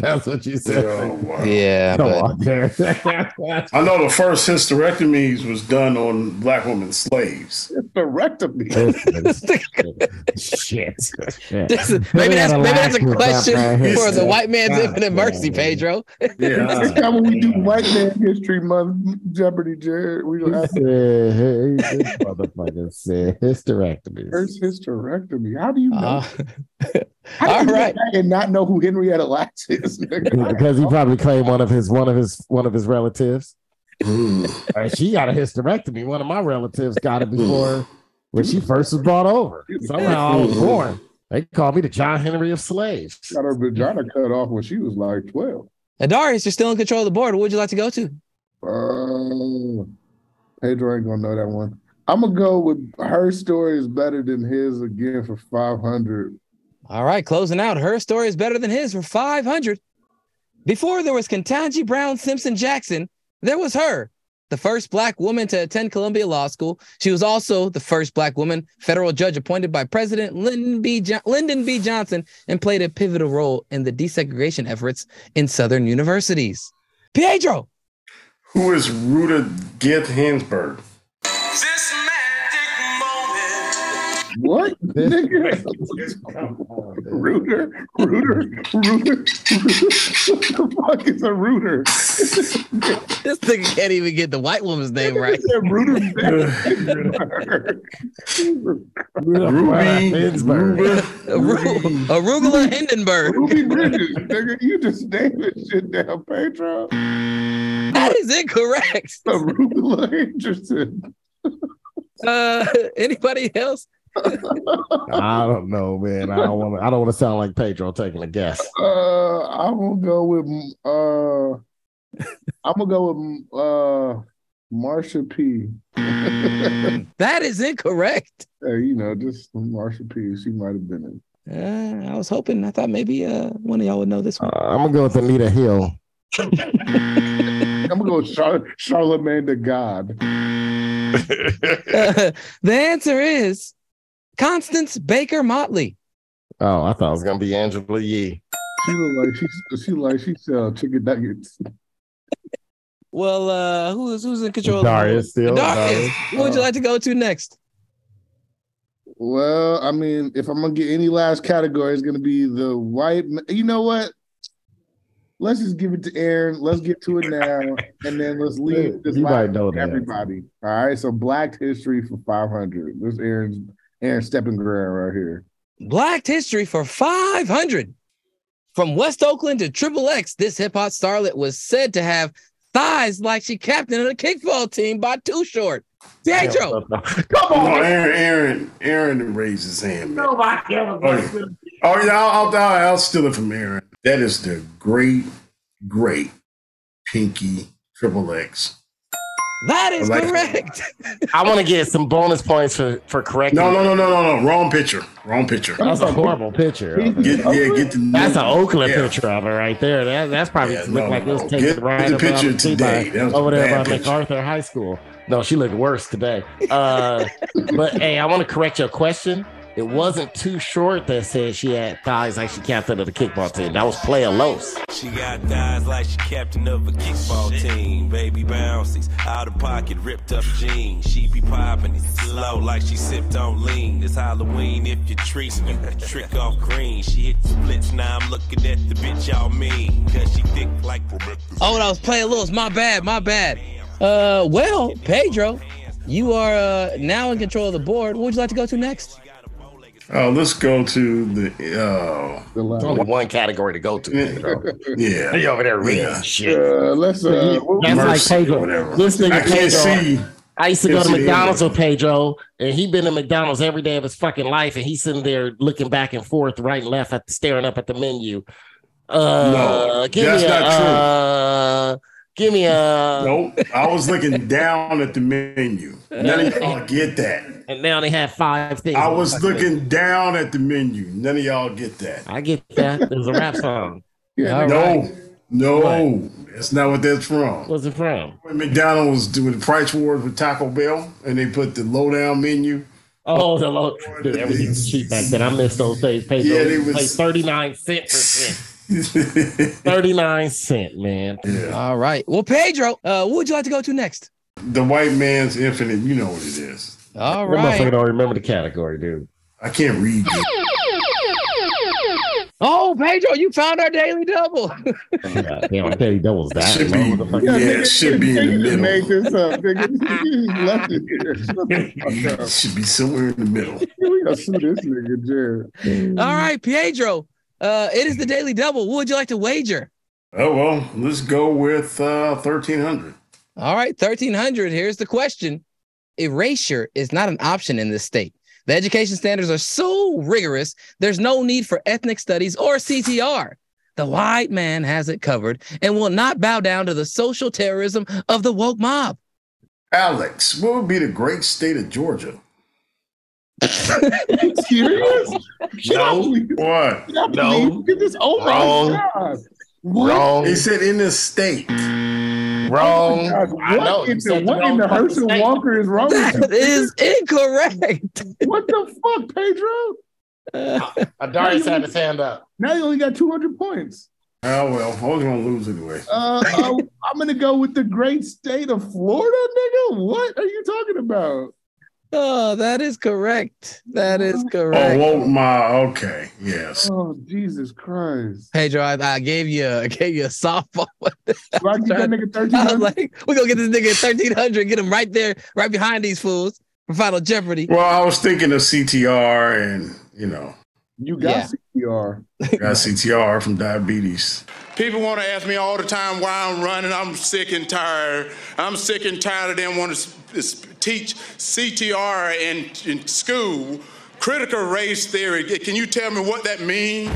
[SPEAKER 4] That's what you said.
[SPEAKER 3] Oh,
[SPEAKER 6] yeah,
[SPEAKER 4] Come
[SPEAKER 6] but
[SPEAKER 4] on, Derek.
[SPEAKER 3] I know the first hysterectomies was done on black women slaves.
[SPEAKER 8] Hysterectomy.
[SPEAKER 4] Shit.
[SPEAKER 6] This is- maybe that's maybe that's a question for the white man's
[SPEAKER 8] God
[SPEAKER 6] infinite mercy, Pedro.
[SPEAKER 8] Next time when we do White Man History Month Jeopardy, Jared, we
[SPEAKER 4] He
[SPEAKER 8] gonna have
[SPEAKER 4] said, hey, this motherfucker said hysterectomy.
[SPEAKER 8] first hysterectomy. How do you know?
[SPEAKER 6] Uh,
[SPEAKER 8] How do you know that and not know who Henrietta Lacks is? nigga?
[SPEAKER 4] Because he probably claimed one of his one of his one of his relatives. Uh, she got a hysterectomy. One of my relatives got it before when she first was brought over. Somehow I was born. They called me the John Henry of slaves.
[SPEAKER 8] Got her vagina cut off when she was like twelve.
[SPEAKER 6] Adarius, you're still in control of the board. What would you like to go to?
[SPEAKER 8] Oh, Pedro ain't gonna know that one. I'm gonna go with her story is better than his again for five hundred.
[SPEAKER 6] All right, closing out. Her story is better than his for 500. Before there was Kentanji Brown Simpson Jackson, there was her, the first black woman to attend Columbia Law School. She was also the first black woman federal judge appointed by President Lyndon B. Jo- Lyndon B. Johnson and played a pivotal role in the desegregation efforts in Southern universities. Pedro,
[SPEAKER 3] Who is Ruta Gith Hansberg?
[SPEAKER 8] What? Nigga. Rooter, rooter, rooter. What the fuck is a rooter?
[SPEAKER 6] this nigga can't even get the white woman's name right.
[SPEAKER 3] Ruby,
[SPEAKER 6] Aru- Arugula Hindenburg.
[SPEAKER 8] Ruby Bridges, nigga. You just named this shit down, Pedro.
[SPEAKER 6] That is incorrect.
[SPEAKER 8] Arugula Anderson.
[SPEAKER 6] Uh, anybody else?
[SPEAKER 4] I don't know, man. I don't want to. I don't want to sound like Pedro taking a guess.
[SPEAKER 8] Uh, I'm gonna go with uh, I'm gonna go with uh, Marsha P.
[SPEAKER 6] That is incorrect.
[SPEAKER 8] Uh, you know, just Marsha P. She might have been in.
[SPEAKER 6] Uh, I was hoping. I thought maybe uh, one of y'all would know this one.
[SPEAKER 4] Uh, I'm gonna go with Anita Hill.
[SPEAKER 8] I'm gonna go with Char- Charlemagne the God.
[SPEAKER 6] Uh, the answer is Constance Baker Motley.
[SPEAKER 4] Oh, I thought it was gonna be Angela Yee.
[SPEAKER 8] She look like she she like she sell chicken nuggets.
[SPEAKER 6] Well, uh, who's who's in control?
[SPEAKER 4] Darius
[SPEAKER 6] of the
[SPEAKER 4] still.
[SPEAKER 6] board? Darius.
[SPEAKER 4] Darius.
[SPEAKER 6] Who would you like to go to next?
[SPEAKER 8] Well, I mean, if I'm gonna get any last category, it's gonna be the white. ma- You know what? Let's just give it to Aaron. Let's get to it now, and then let's leave this
[SPEAKER 4] You
[SPEAKER 8] last
[SPEAKER 4] might know
[SPEAKER 8] for
[SPEAKER 4] that.
[SPEAKER 8] everybody. All right. So Black History for 500. This Aaron's Aaron Stepping Ground right here.
[SPEAKER 6] Black History for 500. From West Oakland to Triple X, this hip hop starlet was said to have thighs like she captained a kickball team by Too Short. Pedro,
[SPEAKER 3] Come on, Aaron, Aaron, Aaron raised his hand. Man.
[SPEAKER 4] Nobody ever
[SPEAKER 3] Okay. Oh yeah, I'll, I'll, I'll, I'll steal it from Aaron. That is the great, great Pinky Triple X.
[SPEAKER 6] that is
[SPEAKER 3] Like-
[SPEAKER 6] correct.
[SPEAKER 4] I want to get some bonus points for for correcting.
[SPEAKER 3] No, no, no, no, no, no. Wrong picture. Wrong picture.
[SPEAKER 4] That's a horrible picture. of her.
[SPEAKER 3] Get, yeah, get the.
[SPEAKER 4] That's an Oakland
[SPEAKER 3] Yeah.
[SPEAKER 4] picture of her right there. That that's probably
[SPEAKER 3] Yeah,
[SPEAKER 4] looked
[SPEAKER 3] no,
[SPEAKER 4] like it was
[SPEAKER 3] no.
[SPEAKER 4] taken
[SPEAKER 3] Get
[SPEAKER 4] right
[SPEAKER 3] the
[SPEAKER 4] up out
[SPEAKER 3] picture
[SPEAKER 4] of the
[SPEAKER 3] today.
[SPEAKER 4] by-
[SPEAKER 3] That was a
[SPEAKER 4] over there by
[SPEAKER 3] bad picture.
[SPEAKER 4] MacArthur High School. No, she looked worse today. Uh, but hey, I want to correct your question. It wasn't too short that said she had thighs like she captain of the kickball team. That was Playa Los.
[SPEAKER 17] She got thighs like she captain of a kickball team. Baby bouncies, out of pocket, ripped up jeans. She be popping it slow like she sipped on lean. It's Halloween if you treat me. Trick off green. She hit the splits, now I'm looking at the bitch y'all mean. Cause she thick like
[SPEAKER 6] Oh, I was playing Lewis. My bad. My bad. Uh, well, Pedro, you are uh, now in control of the board. What would you like to go to next?
[SPEAKER 3] Uh, let's go to the. Uh,
[SPEAKER 4] There's only one category to go to. Pedro. He over there reading
[SPEAKER 3] Yeah.
[SPEAKER 4] shit.
[SPEAKER 8] Uh, let's. Uh,
[SPEAKER 4] That's
[SPEAKER 3] Mercy
[SPEAKER 4] like
[SPEAKER 3] or
[SPEAKER 4] Pedro.
[SPEAKER 3] whatever.
[SPEAKER 4] This nigga
[SPEAKER 3] I can't
[SPEAKER 4] Pedro.
[SPEAKER 3] see.
[SPEAKER 4] I used to
[SPEAKER 3] Can't
[SPEAKER 4] go to
[SPEAKER 3] see the
[SPEAKER 4] McDonald's with Pedro, and he been to McDonald's every day of his fucking life, and he's sitting there looking back and forth, right and left, at staring up at the menu. Uh,
[SPEAKER 3] No,
[SPEAKER 4] give
[SPEAKER 3] that's
[SPEAKER 4] me a,
[SPEAKER 3] not true.
[SPEAKER 4] Uh, give me a.
[SPEAKER 3] Nope. I was looking down at the menu. None of y'all get that.
[SPEAKER 4] And now they have five things.
[SPEAKER 3] I was looking down at the menu. None of y'all get that.
[SPEAKER 4] I get that. It was a rap song.
[SPEAKER 3] Yeah,
[SPEAKER 4] All
[SPEAKER 3] no,
[SPEAKER 4] right.
[SPEAKER 3] no, that's not what that's from.
[SPEAKER 4] What's it from?
[SPEAKER 3] When McDonald's doing the price wars with Taco Bell, and they put the lowdown menu.
[SPEAKER 4] Oh, the low. Dude, everything's cheap back then. I missed those days. Pedro.
[SPEAKER 3] Yeah, they
[SPEAKER 4] It was
[SPEAKER 3] was-
[SPEAKER 4] like 39 cents per cent. 39 cent, man.
[SPEAKER 6] All right. Well, Pedro, uh, what would you like to go to next?
[SPEAKER 3] The white man's infinite. You know what it is.
[SPEAKER 6] All
[SPEAKER 4] That motherfucker
[SPEAKER 6] right.
[SPEAKER 4] don't remember the category, dude.
[SPEAKER 3] I can't read. This.
[SPEAKER 6] Oh, Pedro, you found our daily double.
[SPEAKER 4] God damn, I tell you, that was that.
[SPEAKER 3] Should be-
[SPEAKER 4] long, motherfucker.
[SPEAKER 3] Yeah, it should be in the
[SPEAKER 8] You
[SPEAKER 3] middle.
[SPEAKER 8] made this up. Nigga. You left it here. Shut the
[SPEAKER 4] Oh,
[SPEAKER 8] fuck
[SPEAKER 3] It should be somewhere in the middle.
[SPEAKER 8] up. We gonna sue this nigga, Jared.
[SPEAKER 6] All right, Pedro. Uh, it is the daily double. What would you like to wager?
[SPEAKER 3] Oh well, let's go with uh, thirteen hundred.
[SPEAKER 6] All right, 1300. Here's the question Erasure is not an option in this state. The education standards are so rigorous, there's no need for ethnic studies or CTR. The white man has it covered and will not bow down to the social terrorism of the woke mob.
[SPEAKER 3] Alex, what would be the great state of Georgia?
[SPEAKER 8] You serious?
[SPEAKER 3] No. What?
[SPEAKER 8] No. Get this over.
[SPEAKER 4] Wrong.
[SPEAKER 8] God.
[SPEAKER 4] Wrong.
[SPEAKER 3] He said in the state. Oh,
[SPEAKER 6] oh
[SPEAKER 4] Wrong.
[SPEAKER 8] God,
[SPEAKER 4] I know.
[SPEAKER 8] What in
[SPEAKER 4] You said
[SPEAKER 8] the,
[SPEAKER 4] the
[SPEAKER 8] what in
[SPEAKER 4] wrong
[SPEAKER 8] the
[SPEAKER 4] fucking
[SPEAKER 8] Herschel
[SPEAKER 4] state.
[SPEAKER 8] Walker is wrong with
[SPEAKER 6] That is incorrect.
[SPEAKER 8] you? What the fuck, Pedro?
[SPEAKER 4] Adarius had his hand up.
[SPEAKER 8] Now you only got 200 points.
[SPEAKER 3] Oh well, I was gonna lose anyway.
[SPEAKER 8] Uh, uh, I'm gonna go with the great state of Florida, nigga. What are you talking about?
[SPEAKER 6] Oh, that is correct. That is
[SPEAKER 3] Oh,
[SPEAKER 6] correct.
[SPEAKER 3] well, my okay, yes.
[SPEAKER 8] Oh Jesus Christ!
[SPEAKER 6] Pedro, I, I gave you a, I gave you a softball.
[SPEAKER 8] Do I get that nigga
[SPEAKER 6] I
[SPEAKER 8] 1300?
[SPEAKER 6] was like, we're gonna get this nigga at 1300, get him right there, right behind these fools for Final Jeopardy.
[SPEAKER 3] Well, I was thinking of CTR, and you know,
[SPEAKER 8] You got CPR.
[SPEAKER 3] got CTR from diabetes.
[SPEAKER 14] People want to ask me all the time why I'm running. I'm sick and tired. I'm sick and tired of them want to s- s- teach CTR in, in school, critical race theory. Can you tell me what that means?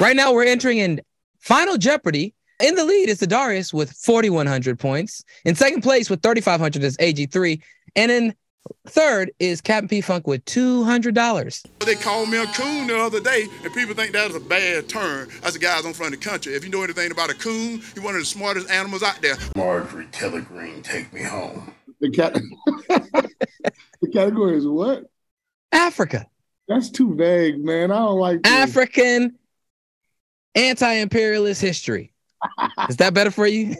[SPEAKER 6] Right now, we're entering in Final Jeopardy. In the lead is Darius with 4,100 points. In second place with 3,500 is AG3. And in third is Captain P Funk with $200.
[SPEAKER 14] They called me a coon the other day, and people think that is a bad term. I said, guys, I'm from the country. If you know anything about a coon, you're one of the smartest animals out there.
[SPEAKER 3] Marjorie Taylor Green, take me home.
[SPEAKER 8] The, cat- the category is what?
[SPEAKER 6] Africa,
[SPEAKER 8] That's too vague, man. I don't like this.
[SPEAKER 6] African anti imperialist history. Is that better for you?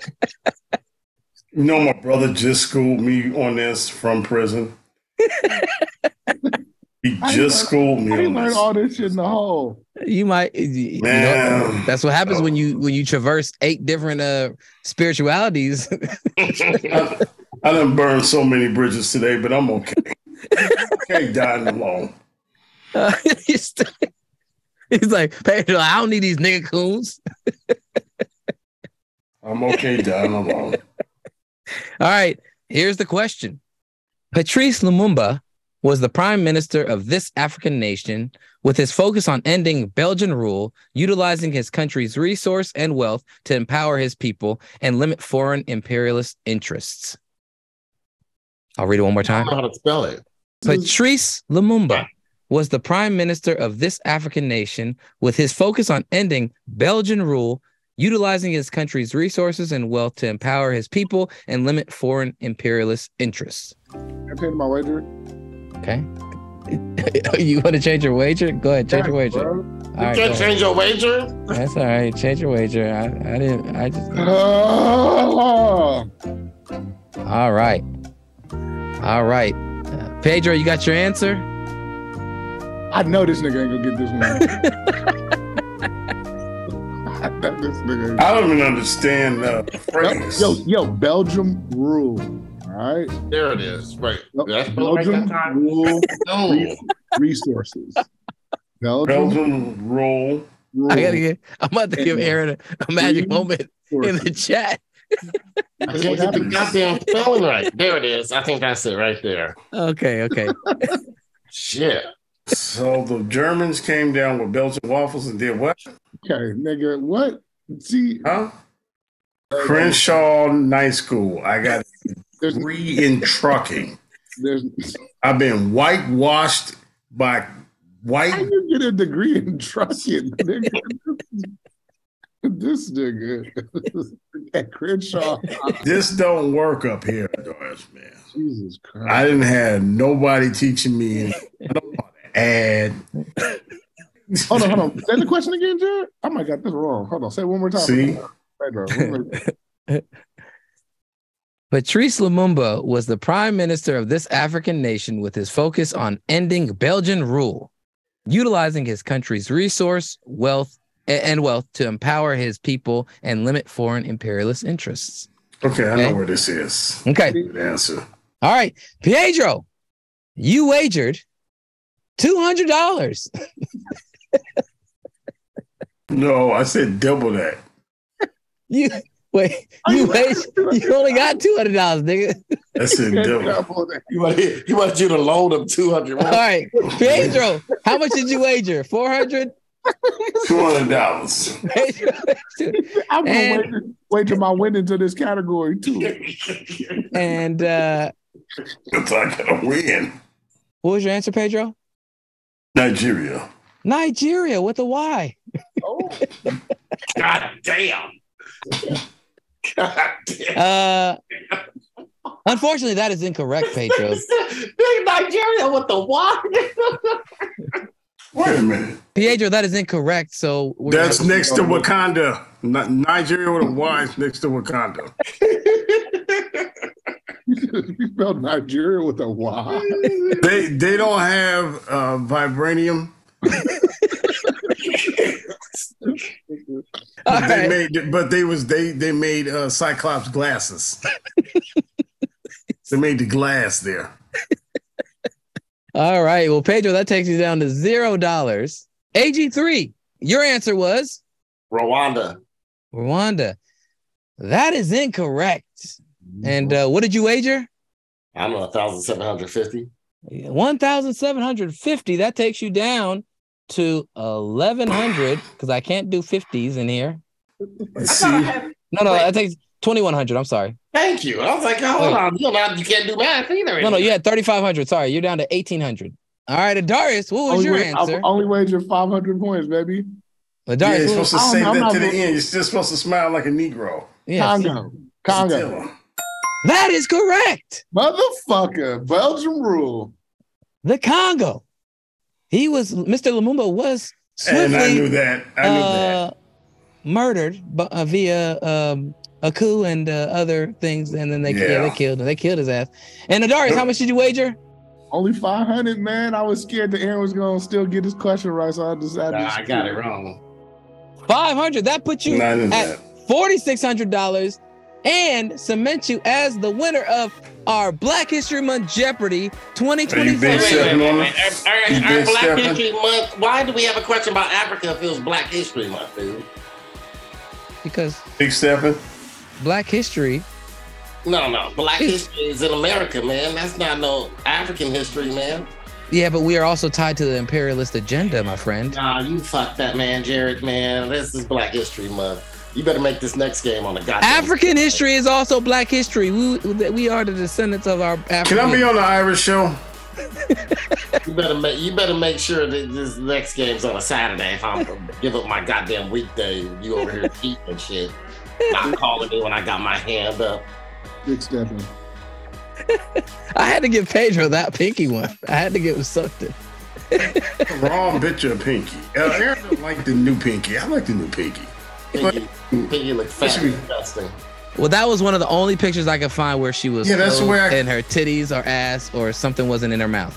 [SPEAKER 3] You know, my brother just schooled me on this from prison. he
[SPEAKER 8] How
[SPEAKER 3] just
[SPEAKER 8] you learn-
[SPEAKER 3] schooled me
[SPEAKER 8] How you
[SPEAKER 3] on
[SPEAKER 8] learn
[SPEAKER 3] this.
[SPEAKER 8] all this shit in the hole?
[SPEAKER 6] You might. you know,
[SPEAKER 3] Man.
[SPEAKER 6] that's what happens when you when you traverse eight different uh spiritualities.
[SPEAKER 3] I, I done burned so many bridges today, but I'm okay. okay, dying alone.
[SPEAKER 6] Uh, he's, he's like, Pedro, I don't need these nigga coons.
[SPEAKER 3] I'm okay, dying alone.
[SPEAKER 6] All right, here's the question. Patrice Lumumba was the prime minister of this African nation with his focus on ending Belgian rule, utilizing his country's resource and wealth to empower his people and limit foreign imperialist interests. I'll read it one more
[SPEAKER 4] I
[SPEAKER 6] time.
[SPEAKER 4] don't know how to spell it.
[SPEAKER 6] Patrice Lumumba was the prime minister of this African nation with his focus on ending Belgian rule, utilizing his country's resources and wealth to empower his people and limit foreign imperialist interests.
[SPEAKER 8] Can I change my wager.
[SPEAKER 6] Okay. you want to change your wager? Go ahead, change your wager.
[SPEAKER 8] Bro.
[SPEAKER 6] All
[SPEAKER 4] You
[SPEAKER 6] right, go
[SPEAKER 4] can't
[SPEAKER 6] ahead.
[SPEAKER 4] change your wager?
[SPEAKER 6] That's all right. Change your wager. I, I didn't. I just.
[SPEAKER 8] Uh-huh. Oh,
[SPEAKER 6] All right. All right. Uh, Pedro, you got your answer?
[SPEAKER 8] I know this nigga ain't gonna get this one. I know this nigga.
[SPEAKER 3] I don't even understand uh, the
[SPEAKER 8] ain't-
[SPEAKER 3] phrase.
[SPEAKER 8] Yo, yo, Belgium rule. All All right.
[SPEAKER 4] There it is. Right. That's
[SPEAKER 8] Belgium rule re- resources.
[SPEAKER 3] Belgium roll.
[SPEAKER 6] I gotta get. I'm about to give Aaron a, a magic moment in the chat.
[SPEAKER 4] I can't get the goddamn spelling right. There it is. I think that's it right there.
[SPEAKER 6] Okay, okay.
[SPEAKER 4] Shit.
[SPEAKER 3] So the Germans came down with Belgian waffles and did what?
[SPEAKER 8] Okay, nigga, what? See,
[SPEAKER 3] huh? Crenshaw Night School. I got three in trucking.
[SPEAKER 8] There's,
[SPEAKER 3] I've been whitewashed by
[SPEAKER 8] how
[SPEAKER 3] white.
[SPEAKER 8] you get a degree in trucking, nigga? this nigga at Crenshaw.
[SPEAKER 3] This don't work up here, Doris, man.
[SPEAKER 8] Jesus Christ.
[SPEAKER 3] I didn't have nobody teaching me. I don't want to add.
[SPEAKER 8] Hold on, hold on. Say the question again, Jared. I might got this wrong. Hold on. Say it one more time.
[SPEAKER 3] See?
[SPEAKER 8] Pedro, one more-
[SPEAKER 6] Patrice Lumumba was the prime minister of this African nation with his focus on ending Belgian rule, utilizing his country's resource, wealth, a- and wealth to empower his people and limit foreign imperialist interests.
[SPEAKER 3] Okay, I know where this is.
[SPEAKER 6] Okay.
[SPEAKER 3] Good answer.
[SPEAKER 6] All right, Pedro, you wagered two hundred dollars.
[SPEAKER 3] No, I said double that.
[SPEAKER 6] You wait, you wagered, you only got two hundred dollars, nigga.
[SPEAKER 3] I said double.
[SPEAKER 4] He wanted, he wanted you to loan him 200
[SPEAKER 6] All right, Pedro, how much did you wager? Four hundred.
[SPEAKER 3] Two hundred dollars.
[SPEAKER 8] I'm gonna
[SPEAKER 6] And-
[SPEAKER 8] wait, wait till my win into this category too.
[SPEAKER 6] And uh,
[SPEAKER 3] It's like I gotta win.
[SPEAKER 6] what was your answer, Pedro?
[SPEAKER 3] Nigeria.
[SPEAKER 6] Nigeria with a Y.
[SPEAKER 4] God damn. God damn.
[SPEAKER 6] Uh, unfortunately, that is incorrect, Pedro.
[SPEAKER 4] Nigeria with the water.
[SPEAKER 3] Wait a minute.
[SPEAKER 6] Pedro, that is incorrect. So we're-
[SPEAKER 3] That's next to Wakanda. Ni- Nigeria with a Y is next to Wakanda.
[SPEAKER 8] you spelled Nigeria with a Y.
[SPEAKER 3] They they don't have uh, vibranium.
[SPEAKER 6] All
[SPEAKER 3] But they
[SPEAKER 6] right.
[SPEAKER 3] made, but they was they they made uh, Cyclops glasses. they made the glass there.
[SPEAKER 6] All right. Well, Pedro, that takes you down to zero dollars. AG3, your answer was
[SPEAKER 4] Rwanda.
[SPEAKER 6] Rwanda. That is incorrect. And uh, what did you wager?
[SPEAKER 4] I don't know, 1,750.
[SPEAKER 6] 1,750. That takes you down to 1,100 because I can't do 50s in here. No, no, that takes 2,100. I'm sorry.
[SPEAKER 4] Thank you. I was like, oh, hold
[SPEAKER 6] Wait.
[SPEAKER 4] on. You're not, you can't do math either.
[SPEAKER 6] No, no, you had 3,500. Sorry, you're down to 1,800. All right, Adarius, what
[SPEAKER 3] Oh,
[SPEAKER 6] was
[SPEAKER 8] Only
[SPEAKER 6] your
[SPEAKER 8] wa-
[SPEAKER 6] answer?
[SPEAKER 8] I only wagered 500 points, baby.
[SPEAKER 3] yeah,
[SPEAKER 6] Adarius,
[SPEAKER 3] you're
[SPEAKER 6] what
[SPEAKER 3] supposed
[SPEAKER 6] was,
[SPEAKER 3] to
[SPEAKER 8] I'm-
[SPEAKER 3] say
[SPEAKER 8] I'm
[SPEAKER 3] that
[SPEAKER 8] not
[SPEAKER 3] to the
[SPEAKER 8] really-
[SPEAKER 3] end. You're just supposed to smile like a Negro.
[SPEAKER 6] yes.
[SPEAKER 8] Congo. Congo.
[SPEAKER 6] That is correct.
[SPEAKER 8] Motherfucker. Belgium rule.
[SPEAKER 6] the Congo. He was Mr. Lumumba was
[SPEAKER 3] And
[SPEAKER 6] swiftly
[SPEAKER 3] I knew that. I knew that.
[SPEAKER 6] uh, murdered bu- uh, via um, a coup and uh, other things, and then they yeah.
[SPEAKER 3] Yeah.
[SPEAKER 6] they killed him. They killed his ass. And Adarius, how much did you wager?
[SPEAKER 8] Only 500, man. I was scared that Aaron was going to still get his question right, so I decided.
[SPEAKER 4] Nah,
[SPEAKER 8] to-
[SPEAKER 4] I got it wrong.
[SPEAKER 6] Five hundred. That put you
[SPEAKER 3] No, I knew
[SPEAKER 6] at forty six hundred dollars, and cement you as the winner of our Black History Month Jeopardy twenty twenty
[SPEAKER 3] You been
[SPEAKER 6] four.
[SPEAKER 3] stepping on
[SPEAKER 4] Our,
[SPEAKER 3] it?
[SPEAKER 4] our-
[SPEAKER 3] You
[SPEAKER 4] our
[SPEAKER 3] been
[SPEAKER 4] Black
[SPEAKER 3] stepping?
[SPEAKER 4] History Month. Why do we have a question about Africa if it was Black History Month, dude?
[SPEAKER 6] Because
[SPEAKER 3] Big Stephen.
[SPEAKER 6] Black History
[SPEAKER 4] No, no. Black history is in America, man. That's not no African history, man.
[SPEAKER 6] Yeah, but we are also tied to the imperialist agenda, my friend.
[SPEAKER 4] Nah, you fuck that, man, Jared, man. This is Black History Month. You better make this next game on the goddamn.
[SPEAKER 6] African history is also black history. We we are the descendants of our African.
[SPEAKER 3] Can I be on the Irish show?
[SPEAKER 4] You better make. You better make sure that this next game's on a Saturday. If I'm gonna give up my goddamn weekday, you over here cheating and shit. Not calling me when I got my hand up.
[SPEAKER 8] Big Stephen.
[SPEAKER 6] I had to give Pedro that pinky one. I had to give him something.
[SPEAKER 3] Wrong picture of Pinky. Uh, Aaron don't like the new Pinky. I like the new Pinky.
[SPEAKER 4] Pinky, Pinky look fat
[SPEAKER 3] should be-
[SPEAKER 4] and disgusting.
[SPEAKER 6] Well, that was one of the only pictures I could find where she was
[SPEAKER 3] Yeah, that's
[SPEAKER 6] clothed
[SPEAKER 3] where I-
[SPEAKER 6] and her titties or ass or something wasn't in her mouth.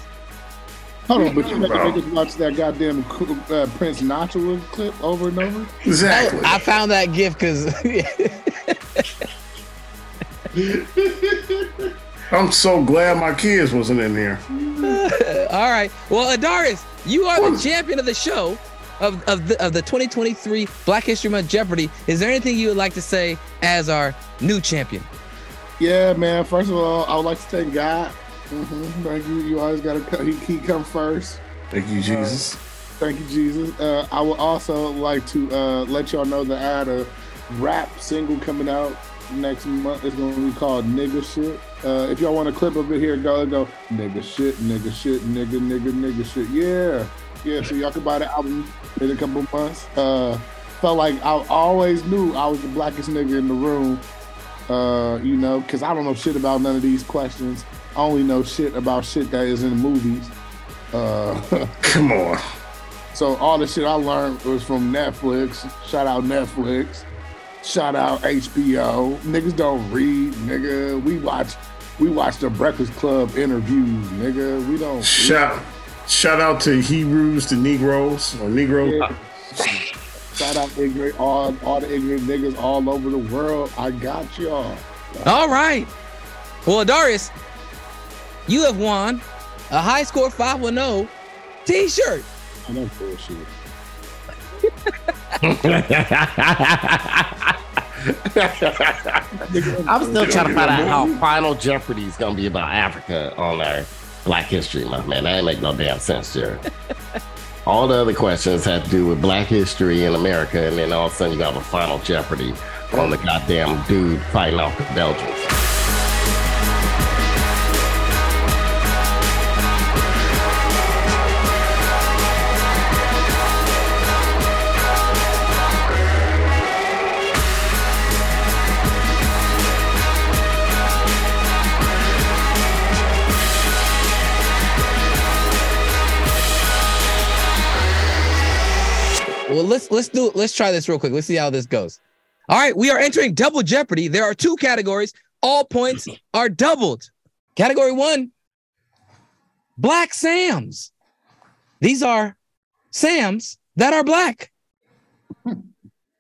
[SPEAKER 8] Hold on, but you
[SPEAKER 3] Bro.
[SPEAKER 8] got to make us watch that goddamn uh, Prince Nacho clip over and over?
[SPEAKER 3] Exactly.
[SPEAKER 6] I found that gift because
[SPEAKER 3] I'm so glad my kids wasn't in here.
[SPEAKER 6] All right. Well, Adaris, you are the champion of the show of, of, the, of the 2023 Black History Month Jeopardy. Is there anything you would like to say as our new champion?
[SPEAKER 8] Yeah, man. First of all, I would like to thank God. Mhm. Thank you. You always gotta come. He, he come first.
[SPEAKER 3] Thank you, Jesus.
[SPEAKER 8] Thank you, Jesus. Uh, I would also like to uh, let y'all know that I had a rap single coming out next month. It's going to be called Nigga Shit. Uh, if y'all want a clip of it here, go go Nigga Shit, Nigga Shit, Nigga, Nigga, Nigga Shit. Yeah. Yeah, so y'all can buy the album in a couple months. Uh, felt like I always knew I was the blackest nigga in the room, uh, you know, because I don't know shit about none of these questions. I only know shit about shit that is in movies. Uh,
[SPEAKER 3] Come on.
[SPEAKER 8] So all the shit I learned was from Netflix. Shout out Netflix. Shout out HBO. Niggas don't read, nigga. We watch we watch the Breakfast Club interviews, nigga. We don't
[SPEAKER 3] Shout, shout out to Hebrews, to Negroes, or Negro.
[SPEAKER 8] Yeah. Shout out ignorant all all the ignorant niggas all over the world. I got y'all.
[SPEAKER 6] All right. Well, Darius, you have won a high score 510 t shirt.
[SPEAKER 8] I know bullshit.
[SPEAKER 4] I'm still trying to find out how Final Jeopardy is gonna be about Africa on our Black History Month, man. That ain't make no damn sense, Jared. All the other questions have to do with Black history in America, and then all of a sudden you have a Final Jeopardy on the goddamn dude fighting off the Belgians.
[SPEAKER 6] Well, let's let's do let's try this real quick. Let's see how this goes. All right, we are entering double jeopardy. There are two categories. All points are doubled. Category one: Black Sams. These are Sams that are black.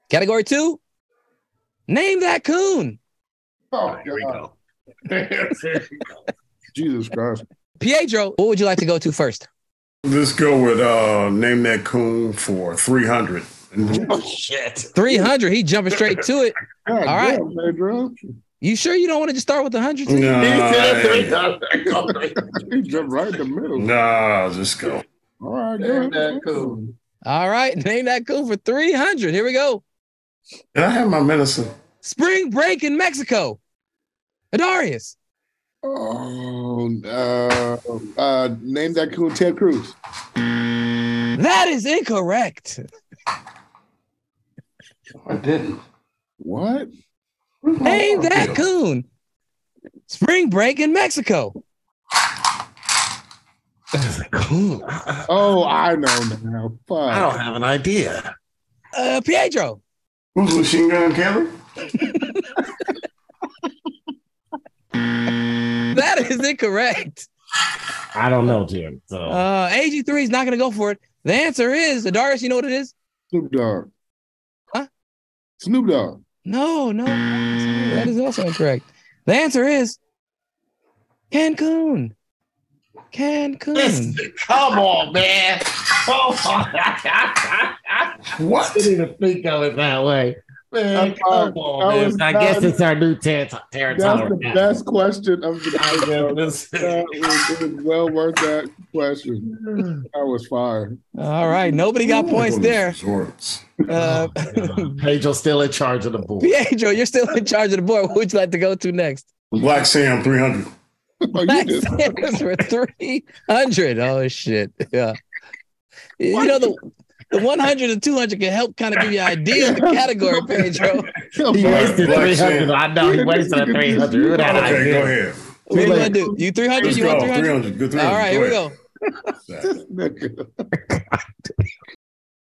[SPEAKER 6] Category two: Name that coon.
[SPEAKER 8] Oh, here we go. Jesus Christ.
[SPEAKER 6] Pietro, what would you like to go to first?
[SPEAKER 3] Let's go with uh, name that coon for three hundred.
[SPEAKER 4] Oh shit!
[SPEAKER 6] Three hundred. He jumping straight to it. All right.
[SPEAKER 8] damn, Pedro.
[SPEAKER 6] You sure you don't want to just start with the hundred?
[SPEAKER 3] No,
[SPEAKER 8] He jumped right in the middle.
[SPEAKER 3] Nah, just go.
[SPEAKER 8] All right,
[SPEAKER 18] Ain't
[SPEAKER 8] good.
[SPEAKER 18] that cool?
[SPEAKER 6] All right, name that coon for 300. Here we go.
[SPEAKER 3] Did I have my medicine?
[SPEAKER 6] Spring break in Mexico. Adarius.
[SPEAKER 8] Oh, uh, uh, name that coon Ted Cruz.
[SPEAKER 6] That is incorrect.
[SPEAKER 3] I didn't.
[SPEAKER 8] What?
[SPEAKER 6] Name that coon. Spring break in Mexico.
[SPEAKER 4] Cool.
[SPEAKER 8] Oh, I know now. Fuck.
[SPEAKER 4] I don't have an idea.
[SPEAKER 6] Uh, Pietro.
[SPEAKER 3] Who's machine gun Kelly?
[SPEAKER 6] That is incorrect.
[SPEAKER 4] I don't know, Jim. So
[SPEAKER 6] Uh, AG3 is not going to go for it. The answer is Adarius. You know what it is?
[SPEAKER 8] Snoop Dogg.
[SPEAKER 6] Huh?
[SPEAKER 8] Snoop Dogg.
[SPEAKER 6] No, no. That is also incorrect. The answer is Cancun. Cancun.
[SPEAKER 18] Come on, man. Come on.
[SPEAKER 4] what? I didn't even think of it that way. Man,
[SPEAKER 8] I'm sorry.
[SPEAKER 4] come on,
[SPEAKER 8] That
[SPEAKER 4] man.
[SPEAKER 8] was
[SPEAKER 4] I
[SPEAKER 8] not-
[SPEAKER 4] guess it's our new Terrence Terrence
[SPEAKER 8] That's the
[SPEAKER 4] Howard.
[SPEAKER 8] best question of the
[SPEAKER 4] I know
[SPEAKER 8] night.
[SPEAKER 4] this.
[SPEAKER 8] That was, it was well worth that question. That was fire.
[SPEAKER 6] All right. Nobody got points there.
[SPEAKER 3] Shorts.
[SPEAKER 6] Uh,
[SPEAKER 4] Pedro's still in charge of the board.
[SPEAKER 6] Pietro, you're still in charge of the board. What would you like to go to next?
[SPEAKER 3] Black Sam three hundred.
[SPEAKER 8] Oh, you
[SPEAKER 6] Black
[SPEAKER 8] did.
[SPEAKER 6] Sanders for 300. Oh, shit. Yeah. You know, the, the 100 and 200 can help kind of give you an idea of the category, Pedro.
[SPEAKER 8] Oh,
[SPEAKER 4] He wasted
[SPEAKER 3] Black
[SPEAKER 4] 300.
[SPEAKER 3] Sam.
[SPEAKER 4] I know he wasted 300. Who that
[SPEAKER 3] Okay,
[SPEAKER 4] idea?
[SPEAKER 3] go ahead.
[SPEAKER 6] What do you want to do? You 300?
[SPEAKER 3] Let's
[SPEAKER 6] You want
[SPEAKER 3] go.
[SPEAKER 6] 300?
[SPEAKER 3] Three hundred. Good three
[SPEAKER 6] All
[SPEAKER 3] hundred.
[SPEAKER 6] right, here we go.
[SPEAKER 8] This nigga.